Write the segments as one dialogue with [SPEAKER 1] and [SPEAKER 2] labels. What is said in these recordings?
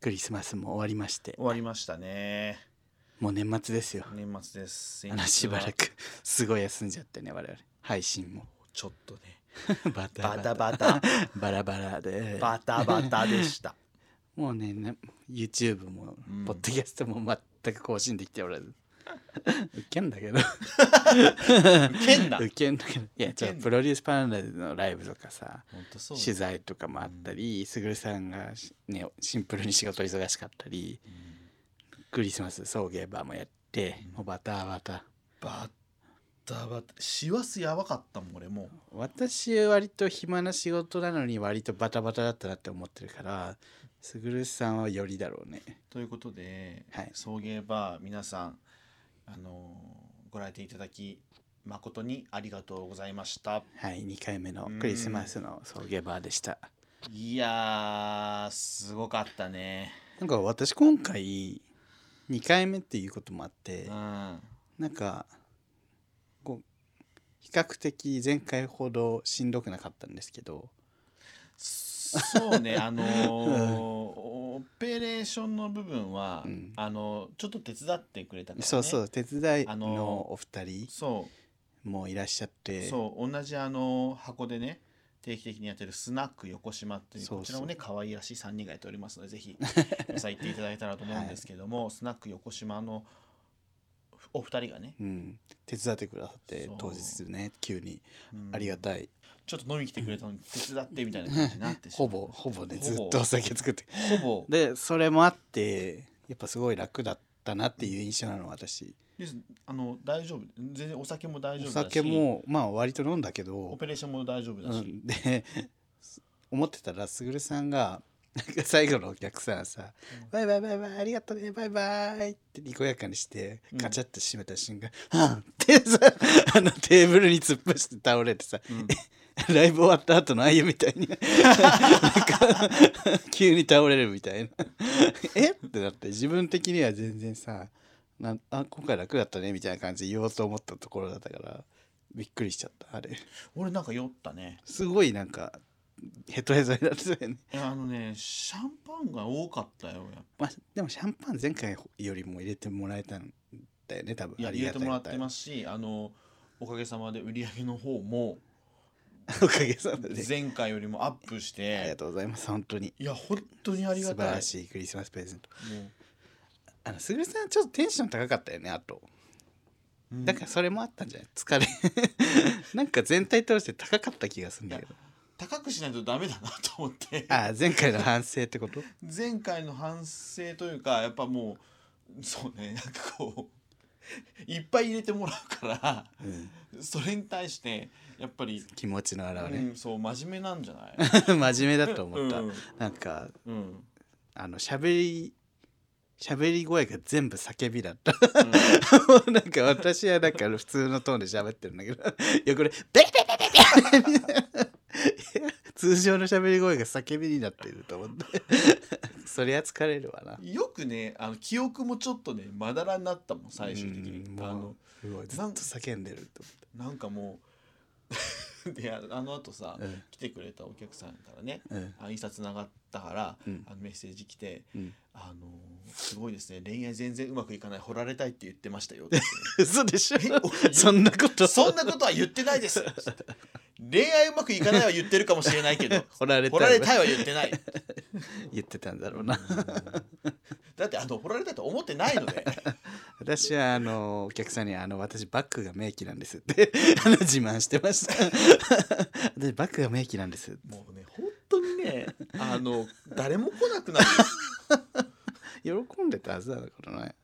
[SPEAKER 1] クリスマスも終わりまして
[SPEAKER 2] 終わりましたね
[SPEAKER 1] もう年末ですよ
[SPEAKER 2] 年末です
[SPEAKER 1] あのしばら
[SPEAKER 2] 先日は
[SPEAKER 1] くすごい休んじゃってね我々配信も
[SPEAKER 2] ちょっとね
[SPEAKER 1] バ
[SPEAKER 2] バ
[SPEAKER 1] バ
[SPEAKER 2] タバタ
[SPEAKER 1] バラバラで
[SPEAKER 2] バタバタでした
[SPEAKER 1] もうねな YouTube も
[SPEAKER 2] うん
[SPEAKER 1] ポッドキャストも全く更新できてお らずウケんだけど
[SPEAKER 2] ウケんな
[SPEAKER 1] ウケんだけどいやちょ
[SPEAKER 2] ウケんな
[SPEAKER 1] プロデュースパンダでのライブとかさ
[SPEAKER 2] 本当そう
[SPEAKER 1] 取材とかもあったりすぐるさんがしねシンプルに仕事忙しかったり
[SPEAKER 2] うん
[SPEAKER 1] クリスマス送迎バーもやって
[SPEAKER 2] うん
[SPEAKER 1] もうバタバタ
[SPEAKER 2] バタバタ師走やばかったもん俺も
[SPEAKER 1] 私割と暇な仕事なのに割とバタバタだったなって思ってるからすぐるさんはよりだろうね
[SPEAKER 2] うということで、
[SPEAKER 1] はい
[SPEAKER 2] 送迎バー皆さんあのーご来店いただき誠にありがとうございました
[SPEAKER 1] はい2回目のクリスマスの送迎バーでした
[SPEAKER 2] いやーすごかったね
[SPEAKER 1] なんか私今回2回目っていうこともあって
[SPEAKER 2] うん
[SPEAKER 1] なんかこう比較的前回ほどしんどくなかったんですけど
[SPEAKER 2] そ うねあのーオペレーションの部分は、
[SPEAKER 1] うん
[SPEAKER 2] あのちょっと手伝ってくれたから、ね、
[SPEAKER 1] そうそう手伝い
[SPEAKER 2] あ
[SPEAKER 1] の
[SPEAKER 2] の
[SPEAKER 1] お二人
[SPEAKER 2] そ
[SPEAKER 1] もいらっしゃっ
[SPEAKER 2] う
[SPEAKER 1] て
[SPEAKER 2] そう同じあの箱でね定期的にやってるスナック横島っていう
[SPEAKER 1] そうそう
[SPEAKER 2] こちらもね可愛らしい3人がやっておりますので ぜひ皆さん行っていただけたらと思うんですけども、スナック横島のお二人がね、
[SPEAKER 1] うん、手伝ってくださって
[SPEAKER 2] そう
[SPEAKER 1] 当日ね急に
[SPEAKER 2] うん
[SPEAKER 1] ありがたい
[SPEAKER 2] ちょっと飲みに来てくれたのに手伝ってみたいな感じになってしま
[SPEAKER 1] ほ
[SPEAKER 2] う
[SPEAKER 1] ぼほぼね
[SPEAKER 2] ほぼ
[SPEAKER 1] ずっとお酒作って
[SPEAKER 2] ほぼ
[SPEAKER 1] でそれもあってやっぱすごい楽だったなっていう印象なの私
[SPEAKER 2] ですあの大丈夫全然お酒も大丈夫
[SPEAKER 1] お
[SPEAKER 2] だし
[SPEAKER 1] 酒もまあ割と飲んだけ
[SPEAKER 2] オ
[SPEAKER 1] ど、
[SPEAKER 2] ペレーションも大丈夫だ
[SPEAKER 1] う
[SPEAKER 2] し、
[SPEAKER 1] ん、で 思ってたらすぐるさんがなんか最後のお客さんさ「バイバイバイバイありがとうねバイバイ」ってにこやかにして
[SPEAKER 2] うん
[SPEAKER 1] カチャッて閉めた瞬間「はん」ってさあのテーブルに突っ伏して倒れてさ
[SPEAKER 2] うん
[SPEAKER 1] ライブ終わった後のあゆみたいになんか急に倒れるみたいな えってなって自分的には全然さなんあ今回楽だったねみたいな感じで言おうと思ったところだったからびっくりしちゃったあれ
[SPEAKER 2] 俺なんか酔ったね
[SPEAKER 1] すごいなんかヘトヘトになってたよね、
[SPEAKER 2] いやあのねシャンパンが多かったよやっ
[SPEAKER 1] まあ、でもシャンパン前回よりも入れてもらえたんだよね多分
[SPEAKER 2] ぱいや
[SPEAKER 1] あ
[SPEAKER 2] 入
[SPEAKER 1] りが
[SPEAKER 2] れて
[SPEAKER 1] たい
[SPEAKER 2] もらってますしあのおかげさまで売り上げの方も
[SPEAKER 1] おかげさまで
[SPEAKER 2] 前回よりもアップし
[SPEAKER 1] ありが
[SPEAKER 2] て
[SPEAKER 1] とうございます本当に
[SPEAKER 2] いや本当にありが
[SPEAKER 1] 素晴
[SPEAKER 2] た
[SPEAKER 1] ら
[SPEAKER 2] い
[SPEAKER 1] しいクリスマスプレゼント
[SPEAKER 2] も
[SPEAKER 1] あのすぐるさんちょっとテンション高かったよねあと
[SPEAKER 2] ううん
[SPEAKER 1] だからそれもあったんじゃない疲れなんか全体通して高かった気がするんだけど
[SPEAKER 2] 高くしないとダメだなと思って
[SPEAKER 1] ああ前回の反省ってこと
[SPEAKER 2] 前回の反省というかやっぱもうそうねなんかこういっぱい入れてもらうから
[SPEAKER 1] うん
[SPEAKER 2] それに対してやっぱり、
[SPEAKER 1] 気持ちの表
[SPEAKER 2] う
[SPEAKER 1] れ、
[SPEAKER 2] ん、そう真面目なんじゃない
[SPEAKER 1] 真面目だと思った、
[SPEAKER 2] うん
[SPEAKER 1] なんか
[SPEAKER 2] うんうん
[SPEAKER 1] あの喋り喋り声が全部叫びだったなんか私はなんか普通のトーンで喋ってるんだけど横で「ベリベリベリベリ」通常の喋り声が叫びになっていると思ってそりゃ疲れるわな
[SPEAKER 2] よくねあの記憶もちょっとねまだらになったもん最終的
[SPEAKER 1] う
[SPEAKER 2] に
[SPEAKER 1] んも
[SPEAKER 2] あの
[SPEAKER 1] うすごいずっと叫んでると
[SPEAKER 2] なんかもう でああのあとさ、
[SPEAKER 1] 思って
[SPEAKER 2] 来てくれたお客さんからね
[SPEAKER 1] うんうん
[SPEAKER 2] あ挨拶ながったから、
[SPEAKER 1] うん
[SPEAKER 2] あのメッセージ来て
[SPEAKER 1] うん
[SPEAKER 2] 「あのすごいですね恋愛全然うまくいかない掘られたいって言ってましたよ」って
[SPEAKER 1] 嘘でしょ
[SPEAKER 2] 言ってえ
[SPEAKER 1] そんなこと
[SPEAKER 2] そんなことは言ってない です恋愛うまくいかないは言ってるかもしれないけど
[SPEAKER 1] 掘られた
[SPEAKER 2] 掘られたいは言ってない
[SPEAKER 1] 言ってたんだろうな
[SPEAKER 2] だってあの掘られたいと思ってないので
[SPEAKER 1] 私はあのお客さんにあの私バッグが名機なんですって あの自慢してました 私バッグが名機なんです
[SPEAKER 2] もうね本当にねあの誰も来なくなる
[SPEAKER 1] 喜んでたはずだからね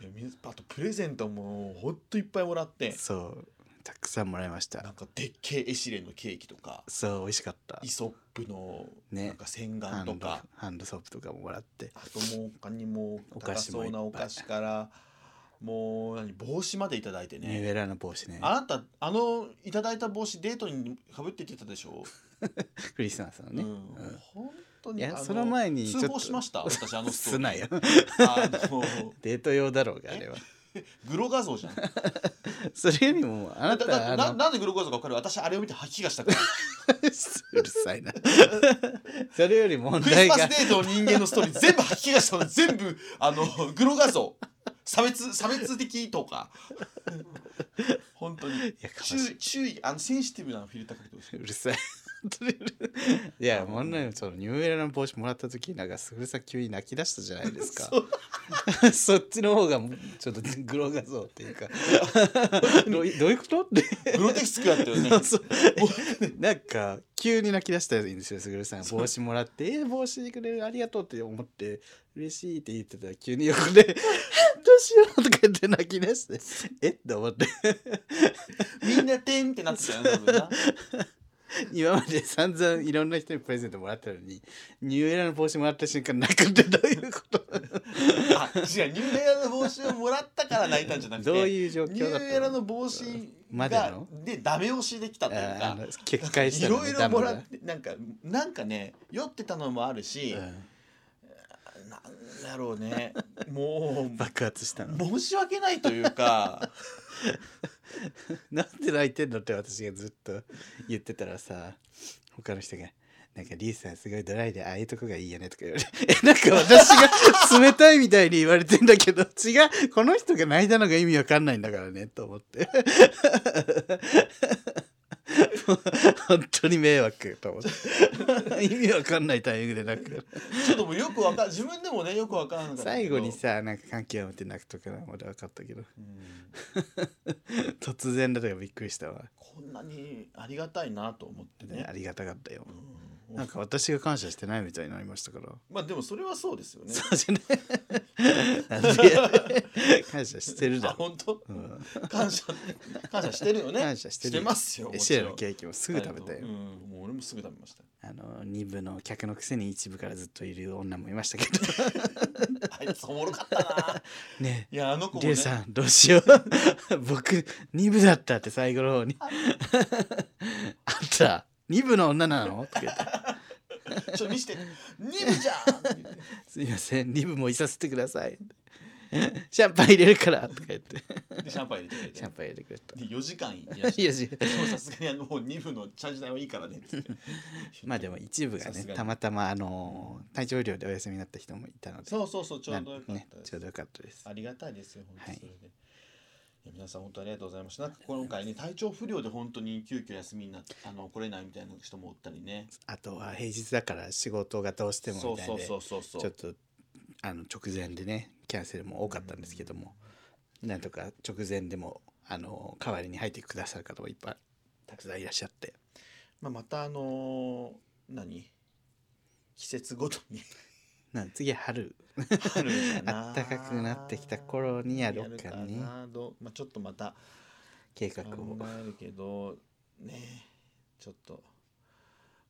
[SPEAKER 2] いやみんなあとプレゼントもほんといっぱいもらって
[SPEAKER 1] そうたくさんもらいまし
[SPEAKER 2] な
[SPEAKER 1] た
[SPEAKER 2] んかでっけえエシレンのケーキとか
[SPEAKER 1] そう美味しかった
[SPEAKER 2] イソップの
[SPEAKER 1] ね
[SPEAKER 2] なんか洗
[SPEAKER 1] ハ
[SPEAKER 2] 顔と
[SPEAKER 1] ンド
[SPEAKER 2] か、
[SPEAKER 1] ハンドソープとかももらって
[SPEAKER 2] あともう他にも
[SPEAKER 1] お菓子
[SPEAKER 2] 高
[SPEAKER 1] も
[SPEAKER 2] そうない
[SPEAKER 1] っ
[SPEAKER 2] お
[SPEAKER 1] ぱい
[SPEAKER 2] 菓子からもう何帽子までいただいて
[SPEAKER 1] ニュー
[SPEAKER 2] ね
[SPEAKER 1] エラの帽子ね
[SPEAKER 2] あなたあのいただいた帽子デートにかぶっていってたでしょ、
[SPEAKER 1] クリスマスのね、
[SPEAKER 2] うん
[SPEAKER 1] うん
[SPEAKER 2] 本当
[SPEAKER 1] い
[SPEAKER 2] に
[SPEAKER 1] や
[SPEAKER 2] あ
[SPEAKER 1] その前にちょっ
[SPEAKER 2] 通
[SPEAKER 1] と
[SPEAKER 2] 報しました私あのスト
[SPEAKER 1] す
[SPEAKER 2] ーリ
[SPEAKER 1] な
[SPEAKER 2] ー
[SPEAKER 1] よ
[SPEAKER 2] あの
[SPEAKER 1] デート用だろうがあれは
[SPEAKER 2] グロ画像じゃんだ
[SPEAKER 1] それよりもあな
[SPEAKER 2] だだ
[SPEAKER 1] たあ
[SPEAKER 2] な
[SPEAKER 1] の
[SPEAKER 2] なんでグロ画像か分かる私あれを見て吐き気が したから
[SPEAKER 1] うるさいなそれより問
[SPEAKER 2] クリス
[SPEAKER 1] 題
[SPEAKER 2] マ
[SPEAKER 1] が
[SPEAKER 2] スデートの人間のストーリー全部吐き気がしたの全 部あのグロ画像差別差別的とか 本当に
[SPEAKER 1] やかましい
[SPEAKER 2] 注意注意あのセンシティブなフィルターかけてほしいう
[SPEAKER 1] るさい。いや、もんなよ、そのニューエラの帽子もらった時、なんか、すぐるさん急に泣き出したじゃないですか。 そっちの方が、ちょっとグロ画像っていうか。 どういどういうことって。
[SPEAKER 2] グロテクスクだったよね
[SPEAKER 1] そうなんか、急に泣き出したんですよ、すぐるさん。帽子もらって、えー帽子くれる、ありがとうって思って。嬉しいって言ってたら、急に横で、 どうしようとか言って泣き出して。えっと思って。
[SPEAKER 2] みんなてんってなってたよね多分な
[SPEAKER 1] 今まで散々いろんな人にプレゼントもらったのにニューエラの帽子もらった瞬間泣くってどういうこと
[SPEAKER 2] あ違うニューエラの帽子をもらったから泣いたんじゃなくて
[SPEAKER 1] どういう状
[SPEAKER 2] ニ
[SPEAKER 1] 況
[SPEAKER 2] ュ
[SPEAKER 1] だった
[SPEAKER 2] ーエラの帽子
[SPEAKER 1] まで
[SPEAKER 2] が
[SPEAKER 1] の
[SPEAKER 2] でダメ押しできたという
[SPEAKER 1] ああ
[SPEAKER 2] か
[SPEAKER 1] の決壊し
[SPEAKER 2] い
[SPEAKER 1] た
[SPEAKER 2] ろいろもらっ
[SPEAKER 1] ダ
[SPEAKER 2] てなんかなんかね酔ってたのもある
[SPEAKER 1] メ、
[SPEAKER 2] し
[SPEAKER 1] だうん
[SPEAKER 2] なんだろうねも
[SPEAKER 1] 爆発したの
[SPEAKER 2] う申し訳ないというか
[SPEAKER 1] なんで泣いてんのって私がずっと言ってたらさ他の人が「なんかリーさんすごいドライでああいうとこがいいよね」とか言われて 「えなんか私が冷たいみたいに言われてんだけど違うこの人が泣いたのが意味わかんないんだからね」と思って もう本当に迷惑と思って 意味わかんないタイミングで泣くから
[SPEAKER 2] ちょっともうよくわか自分でもねよくわからなかったけど
[SPEAKER 1] 最後にさなんか関係を持って泣くとかまだ分かったけど
[SPEAKER 2] うん
[SPEAKER 1] 突然だとかびっくりしたわ、
[SPEAKER 2] こんなにありがたいなと思ってね
[SPEAKER 1] ありがたかったよ
[SPEAKER 2] うん
[SPEAKER 1] なんか私が感謝してないみたいになりました から
[SPEAKER 2] まあでもそれはそうですよね
[SPEAKER 1] そうじゃない。なんで感謝してる
[SPEAKER 2] あ
[SPEAKER 1] だろ。
[SPEAKER 2] 本当
[SPEAKER 1] うん
[SPEAKER 2] 感謝感謝してるよね
[SPEAKER 1] 感謝してるよ
[SPEAKER 2] ますよ
[SPEAKER 1] エ
[SPEAKER 2] も
[SPEAKER 1] シ
[SPEAKER 2] ち
[SPEAKER 1] ェ
[SPEAKER 2] ろ
[SPEAKER 1] ラ
[SPEAKER 2] ん
[SPEAKER 1] のケーキもすぐ食べた
[SPEAKER 2] う
[SPEAKER 1] よ
[SPEAKER 2] ん。もう俺もすぐ食べました
[SPEAKER 1] あの二部の客のくせに一部からずっといる女もいましたけど。
[SPEAKER 2] あいつおもろかったな
[SPEAKER 1] ね
[SPEAKER 2] いやあの子
[SPEAKER 1] え、
[SPEAKER 2] も
[SPEAKER 1] リュ
[SPEAKER 2] ね
[SPEAKER 1] ウさんどうしよう。 僕二部だったって最後の 方に。あんた二部の女なの？とか言って
[SPEAKER 2] ちょっと見して「ニムじゃん!」って言って
[SPEAKER 1] すいません二部もいさせてくだ さい。シャンパン入れるからとか言って
[SPEAKER 2] でシャンパン入れてくれて
[SPEAKER 1] シャンパン入れてくれた。
[SPEAKER 2] で4時 間いらっ
[SPEAKER 1] い
[SPEAKER 2] しゃ
[SPEAKER 1] や
[SPEAKER 2] る
[SPEAKER 1] 違う
[SPEAKER 2] でもさすがにあのもう2部のチャージ代はいいからねっつって
[SPEAKER 1] まあでも一部が
[SPEAKER 2] さ
[SPEAKER 1] ね
[SPEAKER 2] すがに
[SPEAKER 1] たまたまあのー体調不良でお休みになった人もいたので
[SPEAKER 2] そうそうそうちょうどよかった
[SPEAKER 1] な
[SPEAKER 2] で
[SPEAKER 1] んね
[SPEAKER 2] す
[SPEAKER 1] ちょうどよかったです
[SPEAKER 2] ありがたいですよ本当
[SPEAKER 1] はい
[SPEAKER 2] それで、いや皆さん本当ありがとうございましたなんか今回ね体調不良で本当に急遽休みになってあの来れないみたいな人もおったりね
[SPEAKER 1] あとは平日だから仕事がどうしても
[SPEAKER 2] そ
[SPEAKER 1] み
[SPEAKER 2] う
[SPEAKER 1] たい
[SPEAKER 2] そう
[SPEAKER 1] で
[SPEAKER 2] そうそうそう
[SPEAKER 1] ちょっとあの直前でねキャンセルも多かったんですけどもなんとか直前でもあのー代わりに入ってくださる方もいっぱいたくさんいらっしゃって
[SPEAKER 2] まあ、またあのー何季節ごと に
[SPEAKER 1] なん次春
[SPEAKER 2] 春かな
[SPEAKER 1] 暖かくなってきた頃にやろうかね
[SPEAKER 2] やるなどうまあ、ちょっとまた
[SPEAKER 1] 計画
[SPEAKER 2] 考
[SPEAKER 1] を
[SPEAKER 2] えるけどねちょっと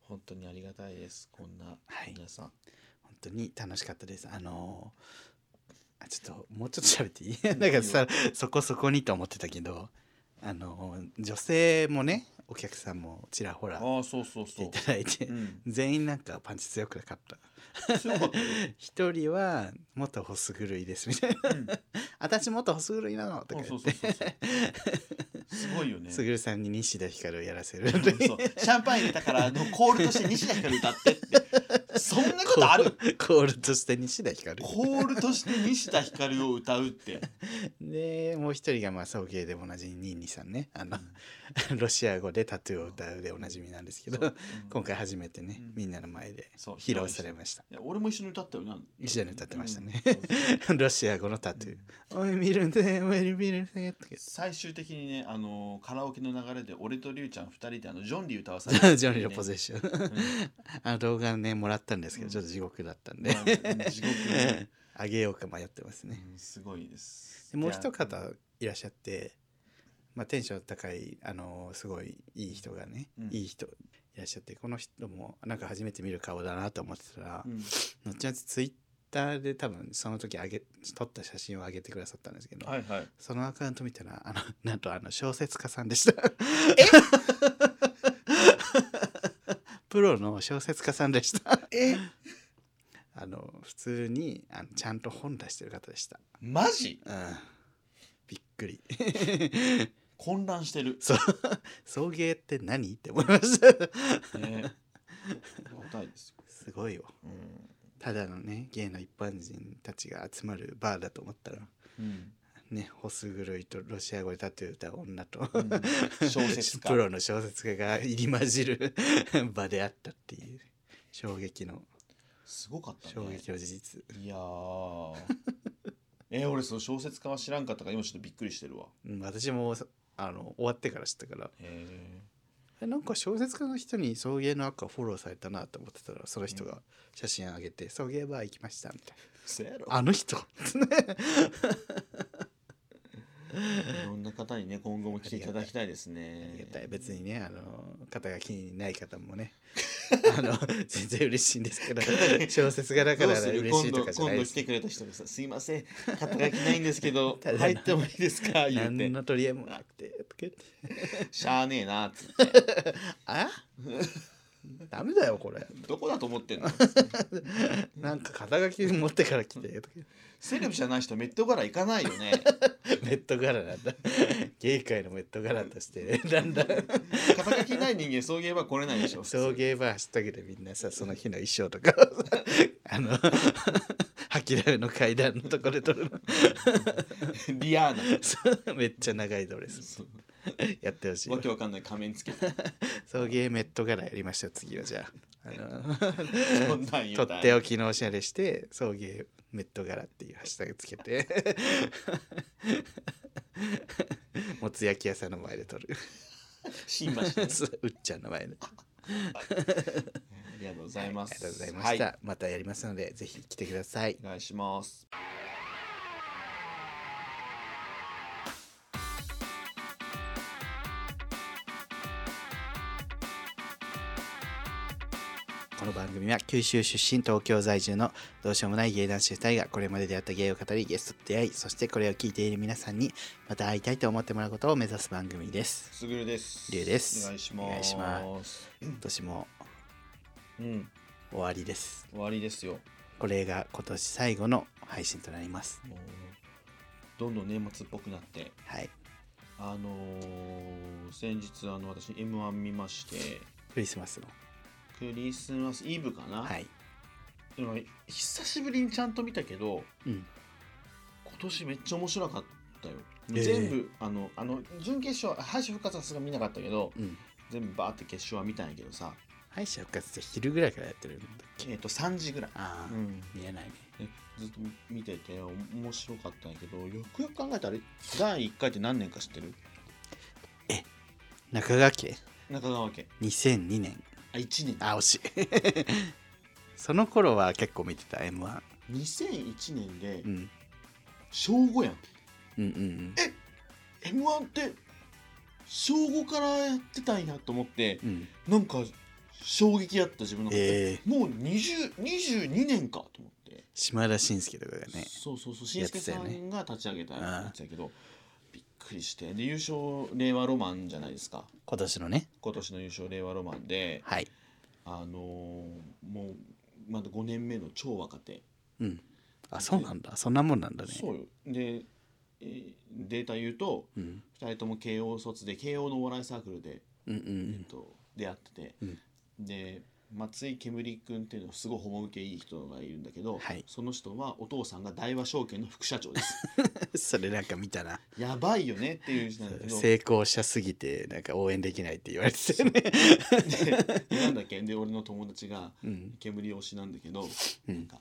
[SPEAKER 2] 本当にありがたいですこんな
[SPEAKER 1] はい
[SPEAKER 2] 皆さん、
[SPEAKER 1] 本当に楽しかったですあのーあちょっともうちょっと喋っていい なんかさそこそこにと思ってたけどあのー女性もねお客さんもちらほら
[SPEAKER 2] ああそうそう
[SPEAKER 1] 来て
[SPEAKER 2] そ
[SPEAKER 1] いうただいて、
[SPEAKER 2] うん
[SPEAKER 1] 全員なんかパンチ強くなかった
[SPEAKER 2] すごかったよ
[SPEAKER 1] 一人は「元ホス狂いです」みたいな
[SPEAKER 2] うん
[SPEAKER 1] 「私元ホス狂いなの」とか言
[SPEAKER 2] そう
[SPEAKER 1] っ
[SPEAKER 2] そ
[SPEAKER 1] て
[SPEAKER 2] うそうそう。すごいよね。
[SPEAKER 1] すぐるさんに西田ひかるをやらせる
[SPEAKER 2] うんそうシャンパン入れたからあのコールとして西田ひかる歌ってってそんなことある
[SPEAKER 1] コールとして西田ひかる
[SPEAKER 2] コールとして西田ひかるを歌う って
[SPEAKER 1] でもう一人がまあ送迎でおなじみニンニさんねあの、 ロシア語でタトゥーを歌うでおなじみなんですけど、
[SPEAKER 2] そううん
[SPEAKER 1] 今回初めてね、
[SPEAKER 2] うん
[SPEAKER 1] みんなの前で
[SPEAKER 2] そう
[SPEAKER 1] 披露されました
[SPEAKER 2] いや俺も一緒に歌ったよな
[SPEAKER 1] 一緒に歌ってましたね
[SPEAKER 2] うんそうそう
[SPEAKER 1] ロシア語のタ トゥー「おい見るんでおい見るんで」とか
[SPEAKER 2] 最終的にねあのカラオケの流れで俺とりゅうちゃん二人であのジョンリー歌わ さ
[SPEAKER 1] ジ
[SPEAKER 2] れ
[SPEAKER 1] ョニ
[SPEAKER 2] て、
[SPEAKER 1] ーのポゼッション、あの動画ねもらったんですけど、
[SPEAKER 2] うん
[SPEAKER 1] ちょっと地獄だったん
[SPEAKER 2] ま
[SPEAKER 1] で、
[SPEAKER 2] あうん地獄ね
[SPEAKER 1] あげようか迷ってますね、
[SPEAKER 2] うんすごいです
[SPEAKER 1] でもう一方いらっしゃって、まあ、テンション高いあのすごいいい人がね、
[SPEAKER 2] うん
[SPEAKER 1] いい人いらっしゃってこの人もなんか初めて見る顔だなと思ってたら、
[SPEAKER 2] うん
[SPEAKER 1] 後々ツイッターで多分その時あげ撮った写真を上げてくださったんですけど、
[SPEAKER 2] はいはい
[SPEAKER 1] そのアカウント見たらあのなんとあの小説家さんでした。 プロの小説家さんでした。 あの普通にあのちゃんと本出してる方でした。
[SPEAKER 2] マジ
[SPEAKER 1] うんびっくり
[SPEAKER 2] 混乱してる、
[SPEAKER 1] そう送迎って何って思いました
[SPEAKER 2] ね、答えですよ、
[SPEAKER 1] すごいよ
[SPEAKER 2] うん
[SPEAKER 1] ただのねゲイの一般人たちが集まるバーだと思ったら
[SPEAKER 2] うん
[SPEAKER 1] ねホス狂いとロシア語でタトゥー歌う女と、
[SPEAKER 2] うん小説家
[SPEAKER 1] プロの小説家が入り混じる 場であったっていう衝撃の
[SPEAKER 2] すごかった
[SPEAKER 1] 衝
[SPEAKER 2] ね
[SPEAKER 1] 撃の事実
[SPEAKER 2] いやーえ俺その小説家は知らんかったから今ちょっとびっくりしてるわ
[SPEAKER 1] うん私もそあの終わってから知ったから
[SPEAKER 2] へ
[SPEAKER 1] えなんか小説家の人に送迎の赤フォローされたなと思ってたらその人が写真あげて「送迎バー行きました」みたい
[SPEAKER 2] えせやろ
[SPEAKER 1] な「あの 人!」
[SPEAKER 2] いろんな方にね今後も来ていただきたいですね
[SPEAKER 1] ありがたい別にねあの肩が気にない方も ねあの全然嬉しいんですけど小説がだか
[SPEAKER 2] どう
[SPEAKER 1] ら
[SPEAKER 2] する
[SPEAKER 1] 嬉し
[SPEAKER 2] 今
[SPEAKER 1] いと
[SPEAKER 2] 度
[SPEAKER 1] かじゃない
[SPEAKER 2] 今
[SPEAKER 1] で
[SPEAKER 2] 度
[SPEAKER 1] す
[SPEAKER 2] 来てくれた人がさ「すいません肩書きないんですけど
[SPEAKER 1] ただの
[SPEAKER 2] 入ってもいいですか?」言う
[SPEAKER 1] 何
[SPEAKER 2] て
[SPEAKER 1] の取り合いもなくてとか言って
[SPEAKER 2] 「しゃあねえな」っつって
[SPEAKER 1] あ ダメだよこれ
[SPEAKER 2] どこだと思って んの
[SPEAKER 1] なんか肩書き持ってから来てとか
[SPEAKER 2] セレブじゃない人メットガラ行かないよね
[SPEAKER 1] メット柄なんだ芸界のメット柄としてだんだん
[SPEAKER 2] 肩書きない人間送迎は来れないでしょ
[SPEAKER 1] 送迎バーしたけでみんなさその日の衣装とか あの吐きだめの階段のところで撮るの
[SPEAKER 2] リアーナ
[SPEAKER 1] そう めっちゃ長いドレ ス
[SPEAKER 2] そう
[SPEAKER 1] やってほしいわ
[SPEAKER 2] わけわかんない仮面つけて
[SPEAKER 1] 送迎メット柄やりましょう次はじゃああ
[SPEAKER 2] そんなん
[SPEAKER 1] の
[SPEAKER 2] 言う
[SPEAKER 1] と
[SPEAKER 2] た
[SPEAKER 1] っ
[SPEAKER 2] ら
[SPEAKER 1] ておきのおしゃれして送迎メット柄っていうハッシュタグつけ てもつ焼き屋さんの前で撮る
[SPEAKER 2] 新橋で
[SPEAKER 1] そ
[SPEAKER 2] す
[SPEAKER 1] ううっちゃんの前で
[SPEAKER 2] ありがとうございます。
[SPEAKER 1] ありがとうございました、
[SPEAKER 2] は
[SPEAKER 1] またやりますのでぜひ来てください
[SPEAKER 2] お願いします。
[SPEAKER 1] この番組は九州出身東京在住のどうしようもない芸男子2人がこれまで出会った芸を語りゲストと出会いそしてこれを聞いている皆さんにまた会いたいと思ってもらうことを目指す番組です
[SPEAKER 2] すぐるです。
[SPEAKER 1] りゅうです
[SPEAKER 2] お願いします。
[SPEAKER 1] お願いしま今年も
[SPEAKER 2] うん、
[SPEAKER 1] 終わりです
[SPEAKER 2] 終わりですよ。
[SPEAKER 1] これが今年最後の配信となります
[SPEAKER 2] もうどんどん年末っぽくなって、
[SPEAKER 1] はい
[SPEAKER 2] あのー先日あの私 M1 見まして、
[SPEAKER 1] クリスマスの
[SPEAKER 2] クリスマスイブかな。
[SPEAKER 1] はい
[SPEAKER 2] でも久しぶりにちゃんと見たけど、
[SPEAKER 1] うん
[SPEAKER 2] 今年めっちゃ面白かったよ。
[SPEAKER 1] ええ
[SPEAKER 2] 全部、あのあの準決勝敗者復活はさすがに見なかったけど、
[SPEAKER 1] うん
[SPEAKER 2] 全部バーって決勝は見たんやけどさ、
[SPEAKER 1] 敗者復活って昼ぐらいからやってるんだっけ
[SPEAKER 2] えっ、と3時ぐらい。
[SPEAKER 1] ああ、
[SPEAKER 2] うん、
[SPEAKER 1] 見えないね
[SPEAKER 2] ねずっと見ててお面白かったんやけどよくよく考えたらあれ第1回って何年か知ってる
[SPEAKER 1] 中川家
[SPEAKER 2] 中川家
[SPEAKER 1] 2002年
[SPEAKER 2] あ1年
[SPEAKER 1] あ惜 しいその頃は結構見てた M1
[SPEAKER 2] 2001年で
[SPEAKER 1] うん
[SPEAKER 2] 小5やん、
[SPEAKER 1] うんうんうん
[SPEAKER 2] え m 1って小5からやってたんやと思って
[SPEAKER 1] うん
[SPEAKER 2] なんか衝撃やった自分の中で、
[SPEAKER 1] ええ
[SPEAKER 2] もう20 22年かと思って、
[SPEAKER 1] 島田紳介とかがね
[SPEAKER 2] そうそうそう
[SPEAKER 1] や
[SPEAKER 2] 新
[SPEAKER 1] って
[SPEAKER 2] 助
[SPEAKER 1] たよ
[SPEAKER 2] さ
[SPEAKER 1] ね
[SPEAKER 2] んが立ち上げたやつやけどびっくりしてで優勝令和ロマンじゃないですか
[SPEAKER 1] 今年のね
[SPEAKER 2] 今年の優勝令和ロマンで
[SPEAKER 1] はい
[SPEAKER 2] あのーもうまだ5年目の超若手、
[SPEAKER 1] うんあそうなんだそんなもんなんだね
[SPEAKER 2] そうよでえーデータ言うと
[SPEAKER 1] うん
[SPEAKER 2] 2人とも慶応卒で慶応のお笑いサークルで、
[SPEAKER 1] うんう
[SPEAKER 2] えっ
[SPEAKER 1] ん
[SPEAKER 2] と、出会ってて、
[SPEAKER 1] うん
[SPEAKER 2] で松井煙くんっていうのすごいホモ向けいい人がいるんだけど、
[SPEAKER 1] はい
[SPEAKER 2] その人はお父さんが大和証券の副社長です
[SPEAKER 1] うん それなんか見たな
[SPEAKER 2] やばいよねっていう人なんだけど
[SPEAKER 1] 成功者すぎてなんか応援できないって言われてたよね
[SPEAKER 2] でなんだっけで俺の友達が
[SPEAKER 1] うん
[SPEAKER 2] 煙推しなんだけど、
[SPEAKER 1] うん
[SPEAKER 2] なんか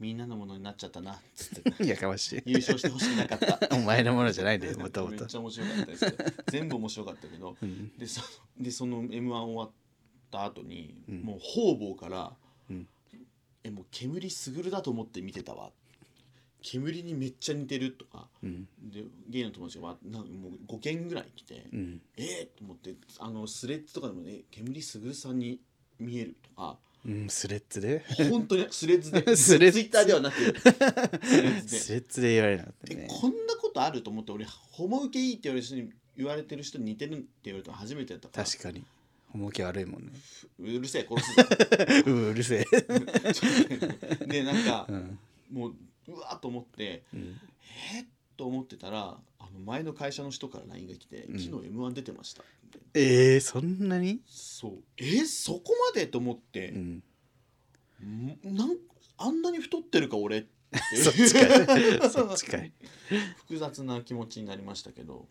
[SPEAKER 2] みんなのものになっちゃったなっつって
[SPEAKER 1] やかましい
[SPEAKER 2] 優勝してほしくなかった
[SPEAKER 1] お前のものじゃないでもとも
[SPEAKER 2] めっ
[SPEAKER 1] と
[SPEAKER 2] ちゃ面白かったです けど全部面白かったけど
[SPEAKER 1] うん
[SPEAKER 2] でそのでその m 1終わった後に、
[SPEAKER 1] うん
[SPEAKER 2] もう方々から「
[SPEAKER 1] うん
[SPEAKER 2] えもう煙すぐるだと思って見てたわ」「煙にめっちゃ似てる」とか
[SPEAKER 1] うん
[SPEAKER 2] で芸の友達がわなんかもう5件ぐらい来て「
[SPEAKER 1] うん
[SPEAKER 2] えっ!」と思ってあのスレッズとかでもね「煙すぐるさんに見える」とか
[SPEAKER 1] うんスレッズで
[SPEAKER 2] 本当にスレッズ で
[SPEAKER 1] スレッズ
[SPEAKER 2] ツイッターではなくスレッズで
[SPEAKER 1] スレッズで言われなかった
[SPEAKER 2] え
[SPEAKER 1] ね
[SPEAKER 2] こんなことあると思って俺ホモ受けいいって言われる人に言われてる人に似てるって言われたの初めてやったから
[SPEAKER 1] 確かに重き悪いもんね
[SPEAKER 2] うるせえ殺すぞ
[SPEAKER 1] うんうるせえ
[SPEAKER 2] でなんか
[SPEAKER 1] うん
[SPEAKER 2] もううわーと思って
[SPEAKER 1] うん
[SPEAKER 2] えーっと思ってたらあの前の会社の人から LINE が来て「
[SPEAKER 1] うん
[SPEAKER 2] 昨日 m 1出てました」みたいな
[SPEAKER 1] えー、そんなに、
[SPEAKER 2] そうえそこまでと思って
[SPEAKER 1] う、ん、
[SPEAKER 2] んなんあんなに太ってるか俺って
[SPEAKER 1] そっちか いそっちかいい
[SPEAKER 2] 複雑な気持ちになりましたけど、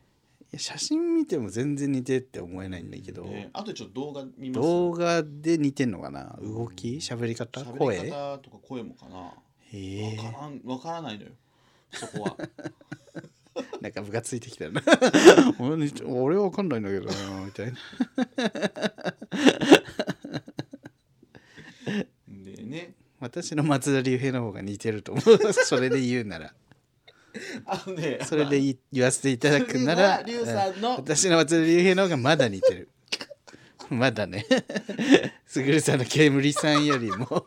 [SPEAKER 1] や写真見ても全然似てるって思えないんだけど、
[SPEAKER 2] ね、あとちょっと動画見ます
[SPEAKER 1] 動画で似てんのかな動き喋り方
[SPEAKER 2] 喋
[SPEAKER 1] 声
[SPEAKER 2] り
[SPEAKER 1] へ
[SPEAKER 2] 方とか声もかな
[SPEAKER 1] え
[SPEAKER 2] 分からんわからないのよそこは
[SPEAKER 1] なんか部がついてきたよな俺に俺わかんないんだけどなみたいな
[SPEAKER 2] でね
[SPEAKER 1] 私の松田龍平の方が似てると思うそれで言うなら
[SPEAKER 2] あのね
[SPEAKER 1] それで
[SPEAKER 2] い
[SPEAKER 1] い言わせていただく なら
[SPEAKER 2] 龍さん
[SPEAKER 1] うん
[SPEAKER 2] の
[SPEAKER 1] 私の松田龍平の方がまだ似てるまだ ねすぐるさんの煙さんよりも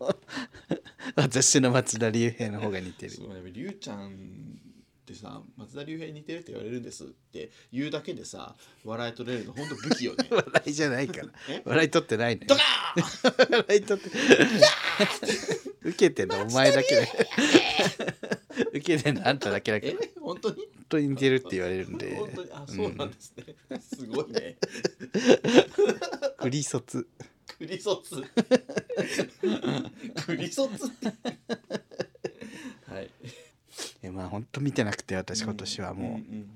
[SPEAKER 1] 私の松田龍平の方が似てる
[SPEAKER 2] そうね龍ちゃんってさ松田龍平に似てるって言われるんですって言うだけでさ笑い取れるのほんと不器用ね
[SPEAKER 1] 笑いじゃないから
[SPEAKER 2] え
[SPEAKER 1] 笑い取ってないね
[SPEAKER 2] ドカーン
[SPEAKER 1] 笑い取って受けてんのお前だけだ受けてんのあんただけだから
[SPEAKER 2] え
[SPEAKER 1] 本
[SPEAKER 2] 本当に
[SPEAKER 1] 当に似てるって言われるんで
[SPEAKER 2] 本当にあそうなんですね、すごいね
[SPEAKER 1] クリソツ
[SPEAKER 2] クリソ ツクリソツってはい
[SPEAKER 1] えまあ本当見てなくて私今年はもう、
[SPEAKER 2] ん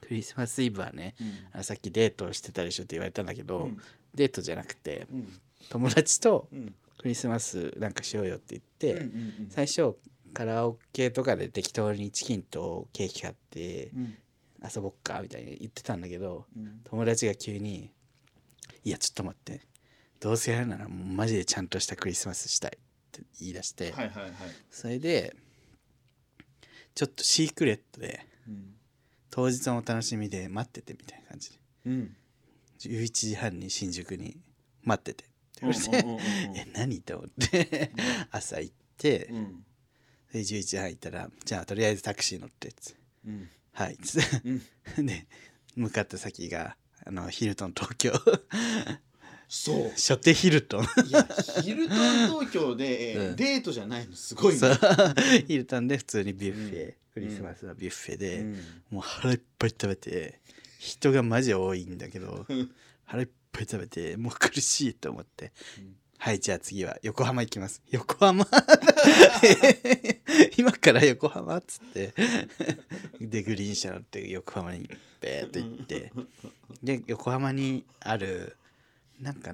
[SPEAKER 1] クリスマスイブはね
[SPEAKER 2] うん
[SPEAKER 1] あさっきデートしてたでしょって言われたんだけど、
[SPEAKER 2] うん
[SPEAKER 1] デートじゃなくて
[SPEAKER 2] うん
[SPEAKER 1] 友達と
[SPEAKER 2] うんうん
[SPEAKER 1] クリスマスなんかしようよって言
[SPEAKER 2] う
[SPEAKER 1] っ
[SPEAKER 2] ん
[SPEAKER 1] て、
[SPEAKER 2] うん
[SPEAKER 1] 最初カラオケとかで適当にチキンとケーキ買って
[SPEAKER 2] うん
[SPEAKER 1] 遊ぼっかみたいに言ってたんだけど
[SPEAKER 2] うん
[SPEAKER 1] 友達が急に「いやちょっと待ってどうせやるならもうマジでちゃんとしたクリスマスしたい」って言い出して、
[SPEAKER 2] はいはいはい、
[SPEAKER 1] それでちょっとシークレットで
[SPEAKER 2] うん
[SPEAKER 1] 当日のお楽しみで待っててみたいな感じで
[SPEAKER 2] うん
[SPEAKER 1] 11時半に新宿に待っててって言
[SPEAKER 2] うん
[SPEAKER 1] われて
[SPEAKER 2] うんう
[SPEAKER 1] 「
[SPEAKER 2] ん
[SPEAKER 1] え何?」と思って朝行って
[SPEAKER 2] うんうん
[SPEAKER 1] で11時半行ったら「じゃあとりあえずタクシー乗って」っつって
[SPEAKER 2] うん
[SPEAKER 1] はい」っつって
[SPEAKER 2] う ん
[SPEAKER 1] で向かった先があのヒルトン東京
[SPEAKER 2] そう
[SPEAKER 1] 初手ヒルトン
[SPEAKER 2] いやヒルトン東京で、えー
[SPEAKER 1] うん
[SPEAKER 2] デートじゃないのすごいね
[SPEAKER 1] そうヒルトンで普通にビュッフェ、
[SPEAKER 2] うん
[SPEAKER 1] クリスマスのビュッフェで、
[SPEAKER 2] うん
[SPEAKER 1] もう腹いっぱい食べて人がマジ多いんだけど
[SPEAKER 2] うん
[SPEAKER 1] 腹いっぱい食べてもう苦しいと思って
[SPEAKER 2] うん
[SPEAKER 1] はいじゃあ次は横浜行きます横浜 今から横浜っつって でグリーン車乗って横浜にベーっと行ってで横浜にあるなんか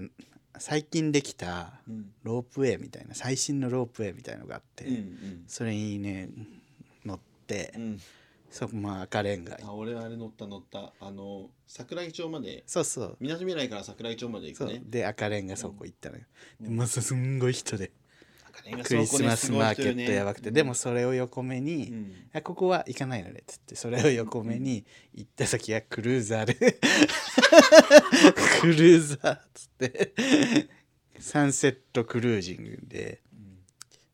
[SPEAKER 1] 最近できた
[SPEAKER 2] うん
[SPEAKER 1] ロープウェイみたいな最新のロープウェイみたいのがあって、
[SPEAKER 2] うん
[SPEAKER 1] それにね乗って、
[SPEAKER 2] うん
[SPEAKER 1] そこまあ赤レンガ
[SPEAKER 2] あ俺あれ乗った乗ったあの桜木町まで
[SPEAKER 1] そうそう
[SPEAKER 2] みなとみらいから桜木町まで行
[SPEAKER 1] そ
[SPEAKER 2] く
[SPEAKER 1] う
[SPEAKER 2] ね
[SPEAKER 1] で赤レンガ倉庫行ったのよ、
[SPEAKER 2] うん
[SPEAKER 1] でまあすんごい人でクリスマスマーケットやばくて、でもそれを横目に、あここは行かないのでっつってそれを横目に行った先がクルーザーで クルーザーっつってサンセットクルージングで